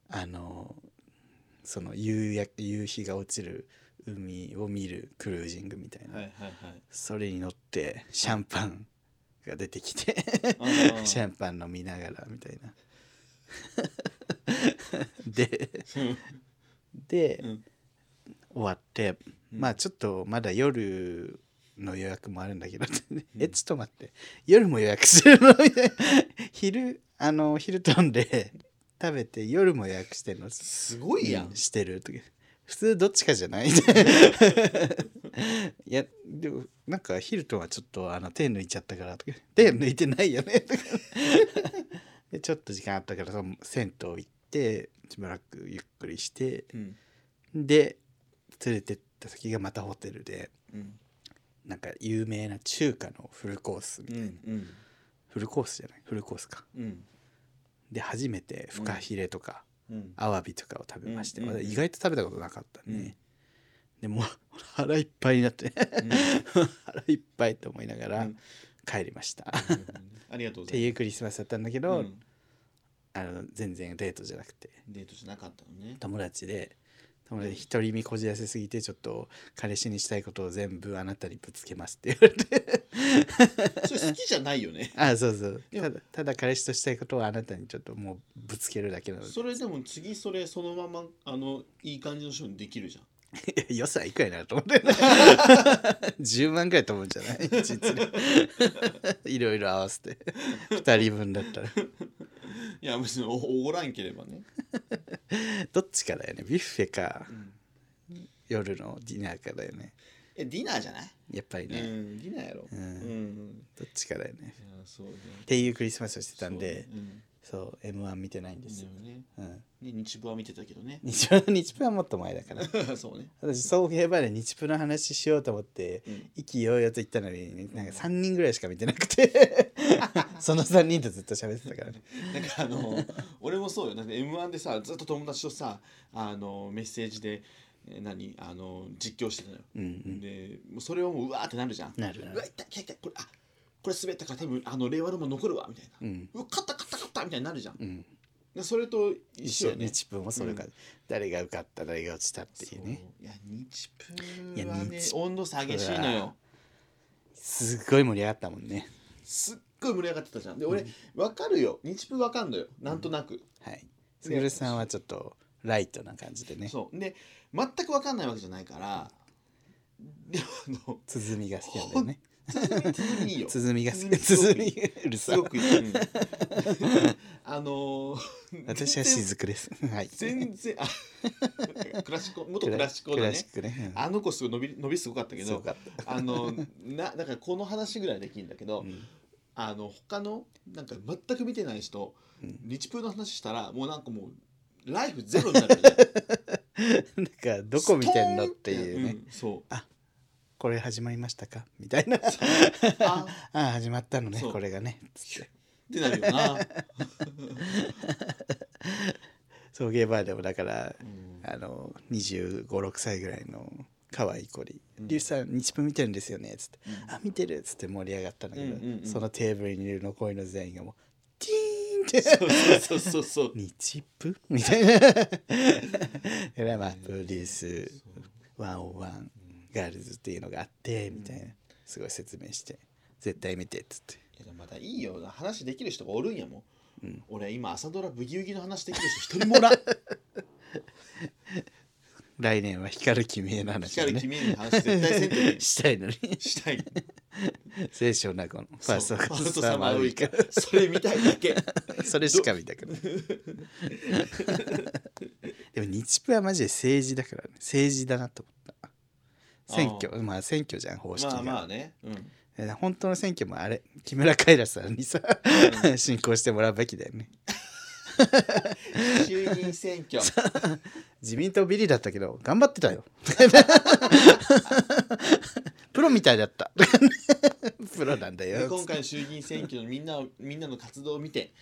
[SPEAKER 1] あのその夕や夕日が落ちる海を見るクルージングみたいな、
[SPEAKER 2] はいはいはい
[SPEAKER 1] それに乗ってシャンパンが出てきて
[SPEAKER 2] あ ー
[SPEAKER 1] シャンパン飲みながらみたいな。 でで、
[SPEAKER 2] うん
[SPEAKER 1] 終わって、
[SPEAKER 2] うん
[SPEAKER 1] まあちょっとまだ夜の予約もあるんだけど、
[SPEAKER 2] うん
[SPEAKER 1] えちょっと待って夜も予約してるの みたいな昼あの昼飛んで食べて夜も予約してるの
[SPEAKER 2] すごいやん
[SPEAKER 1] うんしてる時普通どっちかじゃない いやでもなんかヒルトンはちょっとあの手抜いちゃったからとか手抜いてないよ ねとかでちょっと時間あったからその銭湯行ってしばらくゆっくりして
[SPEAKER 2] うん
[SPEAKER 1] で連れてった先がまたホテルで
[SPEAKER 2] うん
[SPEAKER 1] なんか有名な中華のフルコースみ
[SPEAKER 2] う
[SPEAKER 1] たいな、
[SPEAKER 2] んうん
[SPEAKER 1] フルコースじゃないフルコースか
[SPEAKER 2] うん
[SPEAKER 1] で初めてフカヒレとか、
[SPEAKER 2] うん
[SPEAKER 1] アワビとかを食べまして、
[SPEAKER 2] うんうんうん
[SPEAKER 1] まだ意外と食べたことなかったね、でもう 腹いっぱいになって 腹いっぱいと思いなが
[SPEAKER 2] う
[SPEAKER 1] ら
[SPEAKER 2] ん
[SPEAKER 1] 帰りました、っ
[SPEAKER 2] ありがとうござ
[SPEAKER 1] て
[SPEAKER 2] い
[SPEAKER 1] いうクリスマスだったんだけど、
[SPEAKER 2] ますうん
[SPEAKER 1] あの全然デートじゃなくて
[SPEAKER 2] デートじゃなかったのね
[SPEAKER 1] 友達で友達一人身こじらせすぎてちょっと彼氏にしたいことを全部あなたにぶつけますって言われて
[SPEAKER 2] それ好きじゃないよね
[SPEAKER 1] あそうそう
[SPEAKER 2] いや
[SPEAKER 1] ただただ彼氏としたいことをあなたにちょっともうぶつけるだけなので
[SPEAKER 2] それでも次それそのままあのいい感じの人にできるじゃん
[SPEAKER 1] いや予算いくらになると思って、ね、10万ぐらい飛ぶんじゃない実にいろいろ合わせて2人分だったら
[SPEAKER 2] いや別におおごらんければね、
[SPEAKER 1] どっちかだよねビュッフェか
[SPEAKER 2] うん
[SPEAKER 1] 夜のディナーかだよね
[SPEAKER 2] えディナーじゃない、
[SPEAKER 1] やっぱり
[SPEAKER 2] う
[SPEAKER 1] ね、
[SPEAKER 2] んディナーやろ
[SPEAKER 1] うん
[SPEAKER 2] うん
[SPEAKER 1] どっちかだよね
[SPEAKER 2] いやそうね
[SPEAKER 1] っていうクリスマスをしてたんで
[SPEAKER 2] そううん
[SPEAKER 1] そう m 1見てないんですよ、
[SPEAKER 2] でもね
[SPEAKER 1] うん、
[SPEAKER 2] ね日舞は見てたけどね
[SPEAKER 1] 日プ日プはもっと前だから
[SPEAKER 2] そうね
[SPEAKER 1] 私送迎バレー日プの話しようと思って
[SPEAKER 2] うん
[SPEAKER 1] 意気揚々と言ったのになんか3人ぐらいしか見てなくて その3人とずっと喋ってたからね
[SPEAKER 2] なんかあの俺もそうよなんか m 1でさずっと友達とさあのメッセージでえ何あの実況してたのよ、
[SPEAKER 1] うんうん
[SPEAKER 2] でもうそれはもううわーってなるじゃん
[SPEAKER 1] なるな
[SPEAKER 2] うわ
[SPEAKER 1] る
[SPEAKER 2] 痛い痛い痛いこれあこれ滑ったから多分あの令和ロマン残るわみたいな、
[SPEAKER 1] うん
[SPEAKER 2] うわ勝った勝った勝ったみたいになるじゃん
[SPEAKER 1] うん
[SPEAKER 2] でそれと一
[SPEAKER 1] 一
[SPEAKER 2] 緒
[SPEAKER 1] 緒
[SPEAKER 2] よね
[SPEAKER 1] 日プもそれが、誰が受かった誰が落ちたっていうね
[SPEAKER 2] そういや日
[SPEAKER 1] い
[SPEAKER 2] プ
[SPEAKER 1] や
[SPEAKER 2] はね
[SPEAKER 1] 日
[SPEAKER 2] 温度差激しいのよ
[SPEAKER 1] すっごい盛り上がったもんね
[SPEAKER 2] すっごい盛り上がってたじゃんで俺わかるよ日プわかんのよなんとなく、
[SPEAKER 1] はいすぐるさんはちょっとライトな感じでね
[SPEAKER 2] そうで全くわかんないわけじゃないからであの
[SPEAKER 1] 鼓が好きなんだよね
[SPEAKER 2] 鼓いいよ
[SPEAKER 1] 鼓が好き
[SPEAKER 2] 鼓すごくいい
[SPEAKER 1] 鼓うるさ
[SPEAKER 2] す
[SPEAKER 1] い
[SPEAKER 2] ごくいい、うん あのー、
[SPEAKER 1] 私は雫ですはい
[SPEAKER 2] 全然あクラシコ元
[SPEAKER 1] ク
[SPEAKER 2] クラ
[SPEAKER 1] ラ
[SPEAKER 2] シ
[SPEAKER 1] シ
[SPEAKER 2] コ
[SPEAKER 1] ク
[SPEAKER 2] だ
[SPEAKER 1] ラ
[SPEAKER 2] ね
[SPEAKER 1] シックね
[SPEAKER 2] あの子すごい伸び伸びすごかった
[SPEAKER 1] う
[SPEAKER 2] け
[SPEAKER 1] んすご
[SPEAKER 2] ど
[SPEAKER 1] かった
[SPEAKER 2] あのなだからこの話ぐらいできるんだけど、
[SPEAKER 1] うん
[SPEAKER 2] あの他のなんか全く見てない人、
[SPEAKER 1] うん
[SPEAKER 2] 日プーの話したらもうなんかもうライフゼロになるよね
[SPEAKER 1] なんか どこ見てんのっていうね、
[SPEAKER 2] ストーンってうんそう
[SPEAKER 1] これ始まりましたかみたいな
[SPEAKER 2] あ
[SPEAKER 1] ああ始まったのね
[SPEAKER 2] そう
[SPEAKER 1] これがねつって
[SPEAKER 2] ってなるよ な、
[SPEAKER 1] 送迎バーでもだから
[SPEAKER 2] うん
[SPEAKER 1] あの2 5 6歳ぐらいの可愛い子に「
[SPEAKER 2] うん
[SPEAKER 1] リュウジさん日プ見てるんですよね」っつって
[SPEAKER 2] う
[SPEAKER 1] 「
[SPEAKER 2] ん
[SPEAKER 1] あ見てる」っつって盛り上がったんだけど、
[SPEAKER 2] うんうんうん
[SPEAKER 1] そのテーブルにいる残りの全員がもう「ティーン!」って
[SPEAKER 2] そうそうそうそう
[SPEAKER 1] 「日プ?」 みたいな えらいまあプロデュース101ガールズっていうのがあってみたいなすごい説明して「絶対見て」っつって。
[SPEAKER 2] いやでもまたいいよな話できる人がおるんやも
[SPEAKER 1] う
[SPEAKER 2] ん、
[SPEAKER 1] ん
[SPEAKER 2] 俺今朝ドラブギウギの話できる人一人もお らん
[SPEAKER 1] 来年は光る君への話を
[SPEAKER 2] 光る
[SPEAKER 1] ね
[SPEAKER 2] 君への話絶対せんといけ
[SPEAKER 1] したいのに
[SPEAKER 2] した い
[SPEAKER 1] 聖書の中のファースト
[SPEAKER 2] そう
[SPEAKER 1] カ
[SPEAKER 2] ファー
[SPEAKER 1] ス
[SPEAKER 2] スト
[SPEAKER 1] サ
[SPEAKER 2] サマ
[SPEAKER 1] マ
[SPEAKER 2] ー
[SPEAKER 1] ー
[SPEAKER 2] ウ
[SPEAKER 1] ウ
[SPEAKER 2] イ
[SPEAKER 1] イ
[SPEAKER 2] カ
[SPEAKER 1] カ
[SPEAKER 2] それ見たいだけ
[SPEAKER 1] それしか見たくないでも日プはマジで政治だからね政治だなと思った選挙まあ選挙じゃん方式
[SPEAKER 2] ま
[SPEAKER 1] が、
[SPEAKER 2] あまあね、うん、
[SPEAKER 1] え本当の選挙もあれ木村カイラさんにさ進行してもらうべきだよね
[SPEAKER 2] 衆議院選 挙
[SPEAKER 1] 自民党ビリだったけど頑張ってた よプロみたいだったプロなんだ
[SPEAKER 2] で
[SPEAKER 1] よ
[SPEAKER 2] 今回の衆議院選挙のみんなをみんなの活動を見て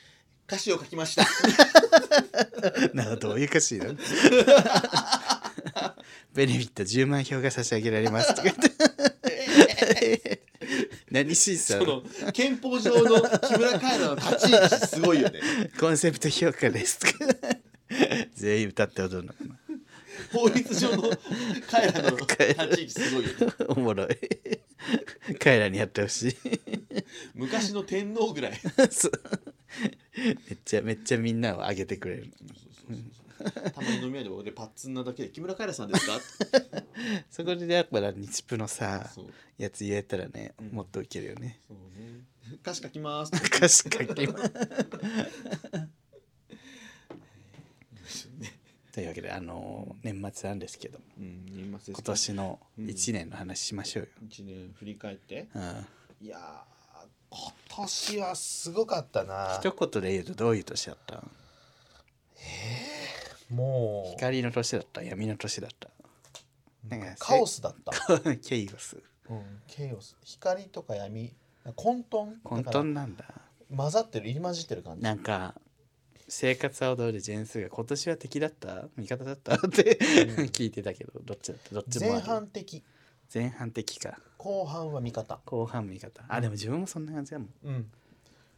[SPEAKER 2] 歌詞を書きました
[SPEAKER 1] なあどういう歌詞なの ベネフィット10万票が差し上げられますとか言って 何審査
[SPEAKER 2] その憲法上の木村カエラの立ち位置すごいよ ね
[SPEAKER 1] コンセプト評価ですとか 全員歌って踊るのかな
[SPEAKER 2] 法律上の カエラの立ち位置すごいよね
[SPEAKER 1] おもろい彼らにやってほしい
[SPEAKER 2] 昔の天皇ぐらい
[SPEAKER 1] そうめっちゃめっちゃみんなを上げてくれる
[SPEAKER 2] たまに飲み屋で俺パッツンなだけで木村カエラさん ですか
[SPEAKER 1] そこでやっぱ日プのさ
[SPEAKER 2] そう
[SPEAKER 1] やつ言えたらね
[SPEAKER 2] うん
[SPEAKER 1] もっとウケるよね
[SPEAKER 2] そうね歌詞書きます
[SPEAKER 1] 歌詞書きます というわけであのー年末なんですけど
[SPEAKER 2] うん言います
[SPEAKER 1] 今年の1年の話しましょうよ、
[SPEAKER 2] 一年振り返って
[SPEAKER 1] うん、
[SPEAKER 2] いやー今年はすごかったな
[SPEAKER 1] 一言で言うとどういう年だった
[SPEAKER 2] もう
[SPEAKER 1] 光の年だった闇の年だったなんか
[SPEAKER 2] カオスだった、
[SPEAKER 1] ケイオス
[SPEAKER 2] うん、ケイオス光とか闇混沌
[SPEAKER 1] 混
[SPEAKER 2] だから
[SPEAKER 1] 沌なんだ
[SPEAKER 2] 混ざってる入り混じってる感じ
[SPEAKER 1] なんか生活はどうでジェンスが今年は敵だった味方だ ったって聞いてたけどどっちだったどっちもある
[SPEAKER 2] 前半的
[SPEAKER 1] 前半敵か
[SPEAKER 2] 後半は味方
[SPEAKER 1] 後半味方あでも自分もそんな感じだもん
[SPEAKER 2] うん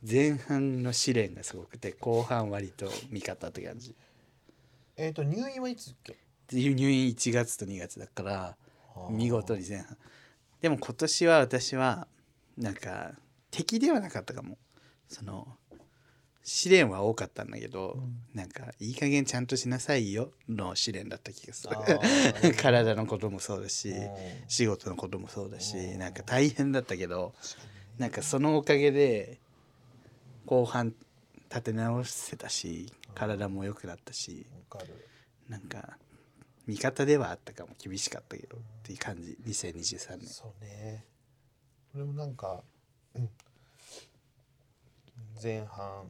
[SPEAKER 1] 前半の試練がすごくて後半割と味方って感じ
[SPEAKER 2] えっ、と入院はいつだっけ
[SPEAKER 1] 入院1月と2月だから見事に前半でも今年は私はなんか敵ではなかったかもその試練は多かったんだけど、
[SPEAKER 2] うん
[SPEAKER 1] なんかいい加減ちゃんとしなさいよの試練だった気がす
[SPEAKER 2] あー
[SPEAKER 1] る 体のこともそうだし、
[SPEAKER 2] うん
[SPEAKER 1] 仕事のこともそうだし、
[SPEAKER 2] うん
[SPEAKER 1] なんか大変だったけどなんかそのおかげで後半立て直せたし体も良くなったし
[SPEAKER 2] わかる
[SPEAKER 1] なんか味方ではあったかも厳しかったけどっていう感じ2023年
[SPEAKER 2] そうね俺もなんか、うん前半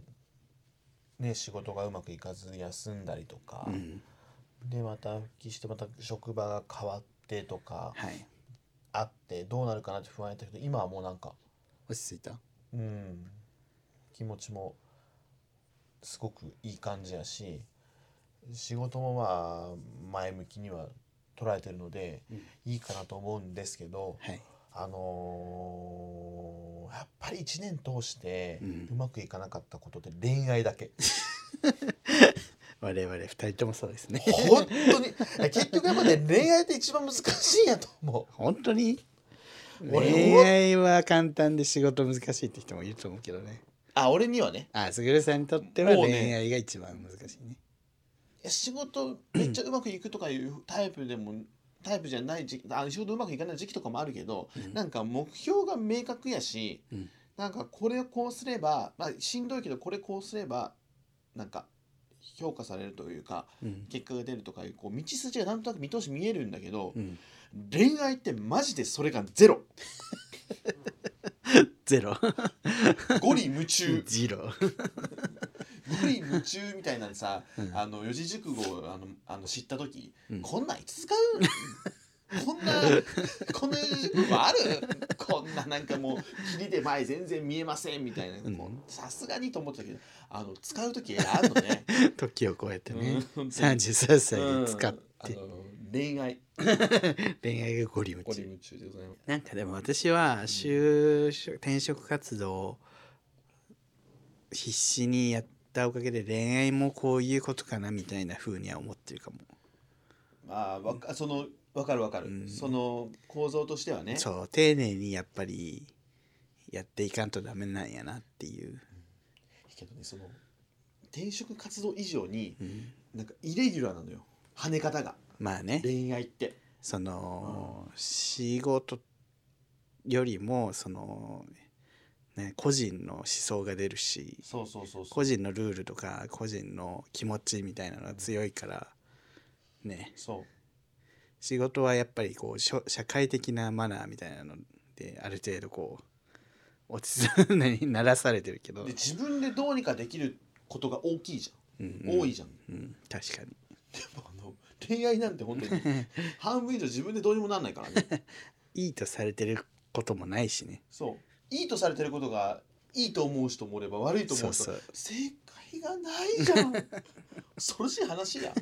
[SPEAKER 2] ね仕事がうまくいかず休んだりとか、
[SPEAKER 1] うん
[SPEAKER 2] でまた復帰してまた職場が変わってとか
[SPEAKER 1] はい
[SPEAKER 2] あってどうなるかなって不安やったけど今はもうなんか
[SPEAKER 1] 落ち着いた
[SPEAKER 2] うん気持ちもすごくいい感じやし仕事もまあ前向きには捉えてるので、いいかなと思うんですけど、
[SPEAKER 1] はい
[SPEAKER 2] あのーやっぱり1年通して
[SPEAKER 1] うん
[SPEAKER 2] うまくいかなかったことって恋愛だけ、
[SPEAKER 1] 我々二人ともそうですね
[SPEAKER 2] 本当 に結局やっぱね恋愛って一番難しいんやと思
[SPEAKER 1] 本当に
[SPEAKER 2] 俺
[SPEAKER 1] 恋愛は簡単で仕事難しいって人もいると思うけどね
[SPEAKER 2] うあ俺にはね
[SPEAKER 1] あすぐるさんにとっては
[SPEAKER 2] もうね
[SPEAKER 1] 恋愛が一番難しいね
[SPEAKER 2] いや仕事めっちゃうまくいくとかいうタイプでもタイプじゃない時期あ仕事うまくいかない時期とかもあるけど、
[SPEAKER 1] うん
[SPEAKER 2] なんか目標が明確やし、
[SPEAKER 1] うん
[SPEAKER 2] なんかこれをこうすれば、まあ、しんどいけどこれこうすればなんか評価されるというか
[SPEAKER 1] うん
[SPEAKER 2] 結果が出るとかいうこう道筋がなんとなく見通し見えるんだけど、
[SPEAKER 1] うん
[SPEAKER 2] 恋愛ってマジでそれがゼロ
[SPEAKER 1] ゼロ
[SPEAKER 2] ゴリ夢 中
[SPEAKER 1] ジ ロ
[SPEAKER 2] ゴリ夢中みたいなのさ、
[SPEAKER 1] うん
[SPEAKER 2] あの四字熟語をあのあの知った時、
[SPEAKER 1] うん
[SPEAKER 2] こんなんいつ使うこんなこんな四字熟語あるこんななんかもう霧で前全然見えませんみたいな
[SPEAKER 1] うん
[SPEAKER 2] こうさすがにと思ってたけどあの使う時あるのね
[SPEAKER 1] 時を超えて
[SPEAKER 2] うん
[SPEAKER 1] ね
[SPEAKER 2] 本当に
[SPEAKER 1] 33歳で使っ
[SPEAKER 2] う
[SPEAKER 1] て
[SPEAKER 2] んあの恋愛
[SPEAKER 1] 恋愛がゴリム
[SPEAKER 2] ゴリ
[SPEAKER 1] チ
[SPEAKER 2] 夢中でございます
[SPEAKER 1] なんかでも私は就職転職活動を必死にやったおかげで恋愛もこういうことかなみたいな風には思ってるかも
[SPEAKER 2] まあわかそのわかるわかる、
[SPEAKER 1] うん
[SPEAKER 2] その構造としてはね
[SPEAKER 1] そう丁寧にやっぱりやっていかんとダメなんやなっていう、
[SPEAKER 2] けどねその転職活動以上に
[SPEAKER 1] うん
[SPEAKER 2] なんかイレギュラーなのよ跳ね方が
[SPEAKER 1] まあね
[SPEAKER 2] 恋愛って
[SPEAKER 1] その、仕事よりもその、ね、個人の思想が出るし
[SPEAKER 2] そうそうそうそ
[SPEAKER 1] 個
[SPEAKER 2] う
[SPEAKER 1] 人のルールとか個人の気持ちみたいなのが強いから、ね
[SPEAKER 2] そう
[SPEAKER 1] 仕事はやっぱりこうしょ社会的なマナーみたいなのである程度こう落ち着くのに慣らされてるけど
[SPEAKER 2] で、自分でどうにかできることが大きいじ
[SPEAKER 1] うん
[SPEAKER 2] ゃ
[SPEAKER 1] うん
[SPEAKER 2] ん多いじゃん、
[SPEAKER 1] うん、確かに
[SPEAKER 2] でもあの恋愛なんて本当に半分以上自分でどうにもなんないからね
[SPEAKER 1] いいとされてることもないしね
[SPEAKER 2] そういいとされてることがいいと思う人もおれば悪いと思う人
[SPEAKER 1] そうそう
[SPEAKER 2] 正解がないじゃん 恐ろしい話や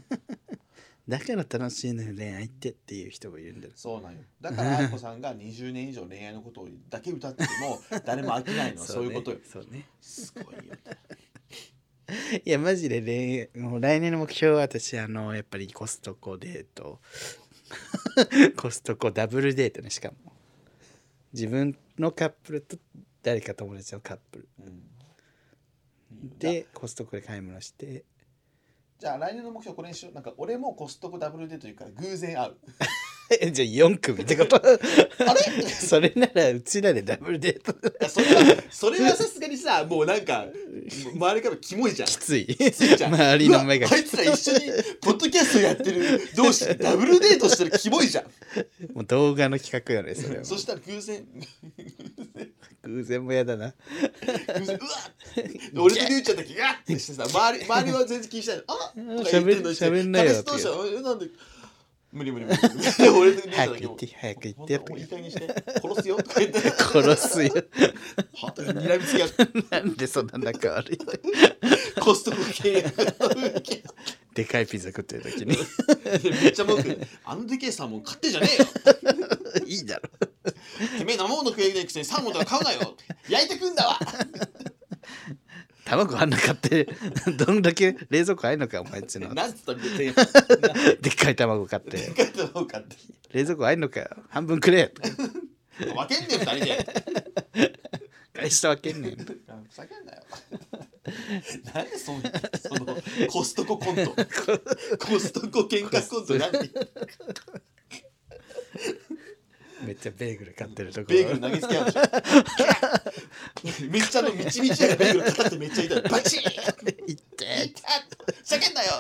[SPEAKER 1] だから楽しいのよ恋愛ってっていう人もいるんだよ
[SPEAKER 2] そうなんよだからあいこさんが20年以上恋愛のことをだけ歌っても誰も飽きないのはそういうことよ
[SPEAKER 1] そうね
[SPEAKER 2] すごいよ
[SPEAKER 1] いやマジで恋愛もう来年の目標は私あのやっぱりコストコデート コストコダブルデートねしかも自分のカップルと誰か友達のカップル
[SPEAKER 2] うん
[SPEAKER 1] でコストコで買い物して
[SPEAKER 2] じゃあ来年の目標これにしようなんか俺もコストコダブルデートいうから偶然会う
[SPEAKER 1] えじゃあ4組ってこと
[SPEAKER 2] あれ
[SPEAKER 1] それならうちらでダブルデート
[SPEAKER 2] いやそれはそれはさすがにさもうなんか周りからキモいじゃん
[SPEAKER 1] きつい
[SPEAKER 2] ついじゃん
[SPEAKER 1] 周りの目が
[SPEAKER 2] うわあいつら一緒にポッドキャストやってる同士でダブルデートしてるキモいじゃん
[SPEAKER 1] もう動画の企画よねそれは
[SPEAKER 2] そしたら偶然
[SPEAKER 1] 偶然もやだな
[SPEAKER 2] 偶然うわっ俺とりゅうちゃんだけがってしてさ周り周りは全然気にしないのあとか言ってんのに
[SPEAKER 1] しゃべんないよ
[SPEAKER 2] 彼氏同士はえなんで無理無理無理無理俺とりゅうちゃん
[SPEAKER 1] 早
[SPEAKER 2] だ
[SPEAKER 1] く行
[SPEAKER 2] け
[SPEAKER 1] っ
[SPEAKER 2] も
[SPEAKER 1] て早く行
[SPEAKER 2] 本
[SPEAKER 1] ってよ
[SPEAKER 2] 当もういい加減にして殺すよとか言って
[SPEAKER 1] 殺すよ
[SPEAKER 2] はっと睨みつけやがって
[SPEAKER 1] なんでそんな仲悪い
[SPEAKER 2] コストコ契約
[SPEAKER 1] でかいピザ食ってる時に
[SPEAKER 2] めっちゃ文句あのでけえサーモン買ってんじゃねえ よ
[SPEAKER 1] いいだろ
[SPEAKER 2] てめえ生もの食えないくせにサーモンとか買うなよ焼いてくんだわ
[SPEAKER 1] 卵あんな買って どんだけ冷蔵庫入んのかお前っちの
[SPEAKER 2] なんつったんだよで
[SPEAKER 1] でっかい卵買って
[SPEAKER 2] っかい卵買って
[SPEAKER 1] 冷蔵庫入んのか半分くれ
[SPEAKER 2] 分けんねえ二人で
[SPEAKER 1] 返したわけんねん
[SPEAKER 2] ふざけんなよなんでそのそのコストココントコストコ喧嘩コント何
[SPEAKER 1] めっちゃベーグル買ってるとこ
[SPEAKER 2] ベーグル投げつけ合うでしょめっちゃあのみちみちやがベーグル叩ってめっちゃ痛いバチーン
[SPEAKER 1] 行って
[SPEAKER 2] 叫んだよ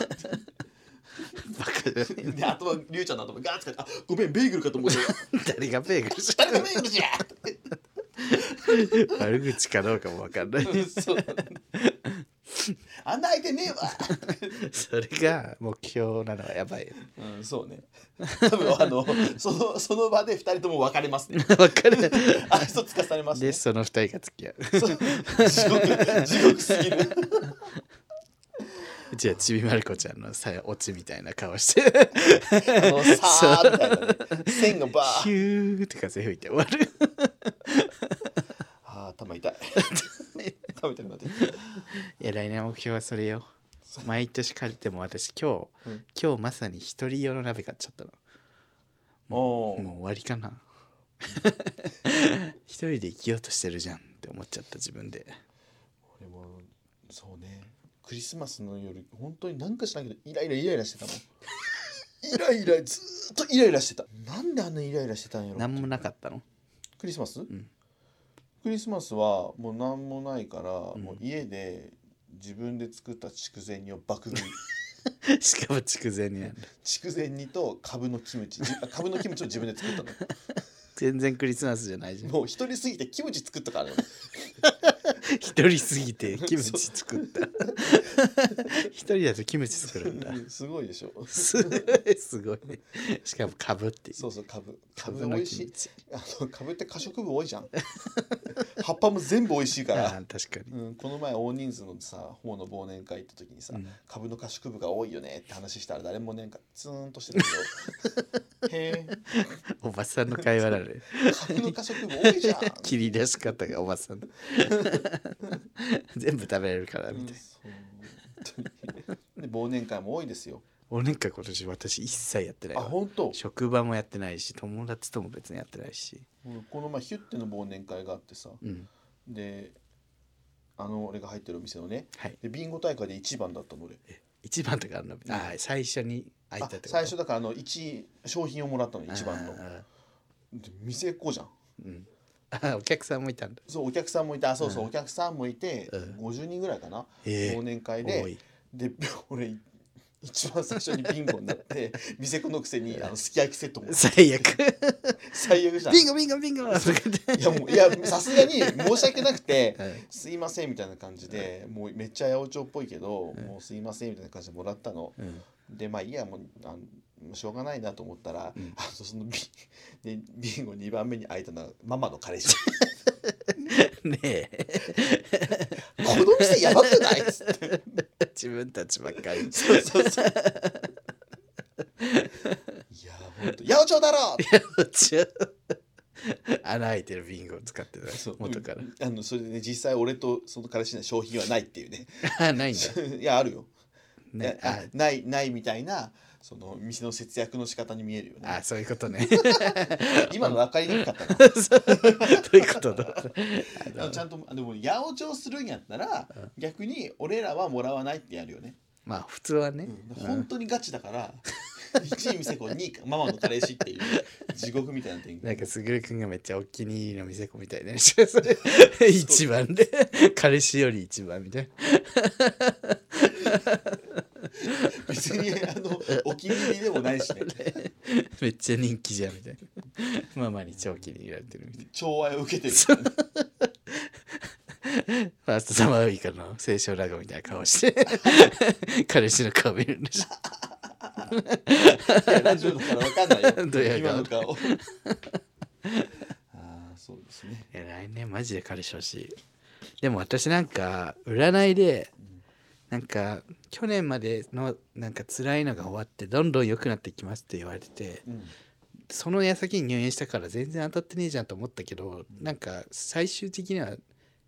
[SPEAKER 1] バカじゃね
[SPEAKER 2] で頭りゅうちゃんの頭ガーッてあごめんベーグルかと思って
[SPEAKER 1] え誰がベーグルじ
[SPEAKER 2] 誰がベーグルじゃ
[SPEAKER 1] ゃん悪口かどうかもわかんない
[SPEAKER 2] そうあんな相手ね
[SPEAKER 1] それが目標なのはやばい
[SPEAKER 2] えわうんそうね多分あのそのその場で二人とも別れますね
[SPEAKER 1] わかる
[SPEAKER 2] 愛想つかされますね
[SPEAKER 1] でその二人が付き合う
[SPEAKER 2] そう地獄地獄すぎる
[SPEAKER 1] うちはちびまる子ちゃんのさ落ちみたいな顔して
[SPEAKER 2] あのさーみたいな、ね、線がバ
[SPEAKER 1] ヒ
[SPEAKER 2] ー
[SPEAKER 1] ューって風吹いて終わる
[SPEAKER 2] あー頭痛い頭痛くなってき
[SPEAKER 1] いや来年の目標はそれよ毎年借りても私今日、
[SPEAKER 2] うん
[SPEAKER 1] 今日まさに一人用の鍋買っちゃったの
[SPEAKER 2] たおー
[SPEAKER 1] もう終わりか な一人で生きようとしてるじゃんって思っちゃった自分で
[SPEAKER 2] 俺もそうねクリスマスの夜本当になんかしないけどイライライライラし てたもんイライラずーっとイライラしてたなんであんなイライラしてたんやろ
[SPEAKER 1] 何もなかった の
[SPEAKER 2] クリスマス、
[SPEAKER 1] ん
[SPEAKER 2] クリスマスはもう何もないから、もう家で自分で作った筑前煮を爆食 い
[SPEAKER 1] しかも筑前煮なんだ
[SPEAKER 2] 筑前煮とカブのキムチじあカブのキムチを自分で作ったの
[SPEAKER 1] 全然クリスマスじゃないじゃん
[SPEAKER 2] もう一人すぎてキムチ作ったからね
[SPEAKER 1] 一人すぎてキムチ作った一人だとキムチ作るんだ
[SPEAKER 2] うんすごいでしょ
[SPEAKER 1] すごいすごいしかもかぶって
[SPEAKER 2] そうそうカブカ
[SPEAKER 1] カ
[SPEAKER 2] ブ
[SPEAKER 1] ブ
[SPEAKER 2] 美
[SPEAKER 1] の
[SPEAKER 2] 味
[SPEAKER 1] キ
[SPEAKER 2] し
[SPEAKER 1] ム
[SPEAKER 2] い
[SPEAKER 1] チ
[SPEAKER 2] あのカブって可食部多いじゃん 葉っぱも全部美味しいか
[SPEAKER 1] あ
[SPEAKER 2] ら
[SPEAKER 1] あ確かに
[SPEAKER 2] うん、この前大人数のさホモの忘年会行った時にさ、
[SPEAKER 1] うん
[SPEAKER 2] 株の可食部が多いよねって話したら誰もねなんかツーンとして たけどへえ
[SPEAKER 1] おばさんの会話なのね
[SPEAKER 2] 株の可食部多いじゃん
[SPEAKER 1] 切り出し方がおばさん 全部食べれるから
[SPEAKER 2] う
[SPEAKER 1] み
[SPEAKER 2] ん
[SPEAKER 1] たいな、
[SPEAKER 2] そう本当にで忘年会も多いですよ
[SPEAKER 1] 俺なんか今年私一切やってない
[SPEAKER 2] あ
[SPEAKER 1] わ
[SPEAKER 2] 本当
[SPEAKER 1] 職場もやってないし友達とも別にやってないし、
[SPEAKER 2] うんこの前ヒュッての忘年会があってさ
[SPEAKER 1] うん、
[SPEAKER 2] であの俺が入ってるお店のね
[SPEAKER 1] はい
[SPEAKER 2] でビンゴ大会で1番だったので
[SPEAKER 1] 一番とかあるの、あー最初に開いた
[SPEAKER 2] あ
[SPEAKER 1] ってこと
[SPEAKER 2] 最初だからあの1商品をもらったの1番の
[SPEAKER 1] あー
[SPEAKER 2] で店っ子じゃん
[SPEAKER 1] うんあーお客さんもいたんだ
[SPEAKER 2] そうお客さんもいてあそうそう、お客さんもいて、
[SPEAKER 1] うん
[SPEAKER 2] 50人ぐらいかな、
[SPEAKER 1] ええ
[SPEAKER 2] 忘年会
[SPEAKER 1] 多
[SPEAKER 2] で
[SPEAKER 1] い
[SPEAKER 2] で 俺一番最初にビンゴになって 店子のくせにあのすき焼きセットも
[SPEAKER 1] 最悪
[SPEAKER 2] 最悪じ ゃん
[SPEAKER 1] ビンゴビンゴビンゴ とか言っ
[SPEAKER 2] い
[SPEAKER 1] て
[SPEAKER 2] やもういやさすがに申し訳なくて
[SPEAKER 1] うん
[SPEAKER 2] 「すいません」みたいな感じでもうめっちゃ八百長っぽいけど「もうすいません」みたいな感じでもらったの、
[SPEAKER 1] うん
[SPEAKER 2] でまあいいやもうあのしょうがないなと思ったら、あのそのビでビンゴ2番目 に開いたのはママの彼氏こ
[SPEAKER 1] ねえ
[SPEAKER 2] の店やばくないっつって
[SPEAKER 1] 自分たちばっかり
[SPEAKER 2] そうそうそう。いや、本当、八百長だろ。
[SPEAKER 1] ち ょ穴開いてるビンゴを使ってた元から
[SPEAKER 2] うんあの、それでね、実際俺とその彼氏の商品はないっていうね。
[SPEAKER 1] あーないんだ
[SPEAKER 2] いや、あるよ。
[SPEAKER 1] ね
[SPEAKER 2] いや あ
[SPEAKER 1] あ
[SPEAKER 2] ない、ないみたいな。その店の節約の仕方に見えるよ
[SPEAKER 1] あ
[SPEAKER 2] ね。
[SPEAKER 1] そういうことね
[SPEAKER 2] 今の分かりにくかったな
[SPEAKER 1] そうどういうことだ
[SPEAKER 2] あのちゃんと、あでも、八百長するんやったら、逆に俺らはもらわないってやるよね。
[SPEAKER 1] まあ普通はね、
[SPEAKER 2] 本当にガチ だから。1位店子2位ママの彼氏っていう地獄みたいな展
[SPEAKER 1] なん
[SPEAKER 2] 開
[SPEAKER 1] かすぐるくんがめっちゃお気に入りの店子みたいなそれ 一番で彼氏より一番みたい
[SPEAKER 2] 別にあ のお気に入りでもないしね
[SPEAKER 1] なめっちゃ人気じゃんみたいなママに超気に入られてるみたい
[SPEAKER 2] 寵愛を受けてる
[SPEAKER 1] なファーストサマーウイカの清少ラゴみたいな顔して彼氏の顔見るんでしょ
[SPEAKER 2] いやラジオだから分かんないよ
[SPEAKER 1] どうやる
[SPEAKER 2] 今
[SPEAKER 1] か
[SPEAKER 2] の顔ああそうですね
[SPEAKER 1] いや来年マジで彼氏欲しいでも私なんか占いでなんか去年までのなんか辛いのが終わってどんどん良くなってきますって言われてて、
[SPEAKER 2] うん
[SPEAKER 1] その矢先に入院したから全然当たってねえじゃんと思ったけどなんか最終的には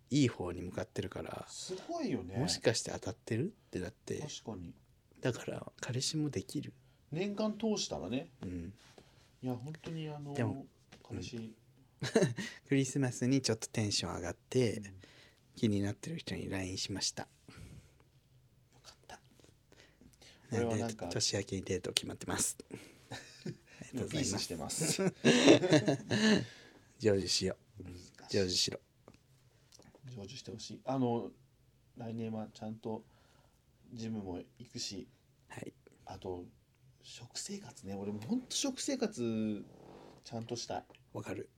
[SPEAKER 1] いい方に向かってるから
[SPEAKER 2] すごいよね
[SPEAKER 1] もしかして当たってるってだって
[SPEAKER 2] 確かに
[SPEAKER 1] だから彼氏もできる、
[SPEAKER 2] 年間通したらね
[SPEAKER 1] うん、
[SPEAKER 2] いや本当にあの
[SPEAKER 1] でも
[SPEAKER 2] 彼氏
[SPEAKER 1] クリスマスにちょっとテンション上がって気になってる人に LINE しました
[SPEAKER 2] これはなんか
[SPEAKER 1] 年明けにデート決まってます。ありがとうご
[SPEAKER 2] ピ
[SPEAKER 1] ざ
[SPEAKER 2] ー
[SPEAKER 1] い
[SPEAKER 2] ス
[SPEAKER 1] ま
[SPEAKER 2] し
[SPEAKER 1] す。
[SPEAKER 2] てます。
[SPEAKER 1] 成就しよう。成就しろ。
[SPEAKER 2] 成就してほしい。あの来年はちゃんとジムも行くし、
[SPEAKER 1] はい。
[SPEAKER 2] あと食生活ね。俺も本当食生活ちゃんとしたい。
[SPEAKER 1] わかる。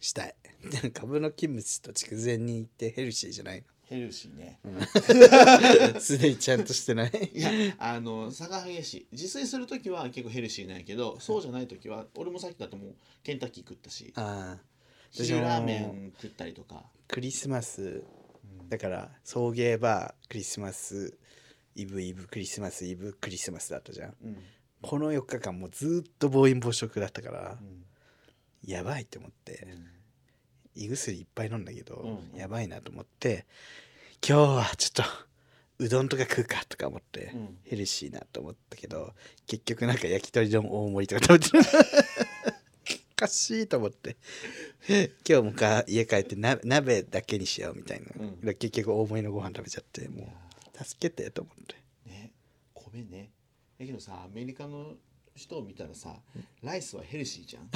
[SPEAKER 1] したい。 でも株のキムチと筑前煮ってヘルシーじゃない
[SPEAKER 2] ヘルシー ね。
[SPEAKER 1] の。すでにちゃんとしてない。
[SPEAKER 2] いやあの差が激しい。自炊する時は結構ヘルシーなんやけど、そうじゃない時は俺もさっきだともうケンタッキー食ったし、
[SPEAKER 1] ああ。私も
[SPEAKER 2] 昼ラーメン食ったりとか。
[SPEAKER 1] クリスマス
[SPEAKER 2] うん
[SPEAKER 1] だから送迎バークリスマスイブイブクリスマスイブクリスマスだったじゃん。
[SPEAKER 2] うん
[SPEAKER 1] この4日間もうずっと暴飲暴食だったから
[SPEAKER 2] う、ん
[SPEAKER 1] やばいって思って。胃薬いっぱい飲んだけど、
[SPEAKER 2] うん
[SPEAKER 1] やばいなと思って今日はちょっとうどんとか食うかとか思って、
[SPEAKER 2] うん
[SPEAKER 1] ヘルシーなと思ったけど結局なんか焼き鳥丼大盛りとか食べてる おかしいと思って今日もか家帰ってな鍋だけにしようみたいな、
[SPEAKER 2] うん
[SPEAKER 1] で結局大盛りのご飯食べちゃって
[SPEAKER 2] いや
[SPEAKER 1] もう助けてと思って
[SPEAKER 2] ね米ねだけどさアメリカの人を見たらさライスはヘルシーじゃん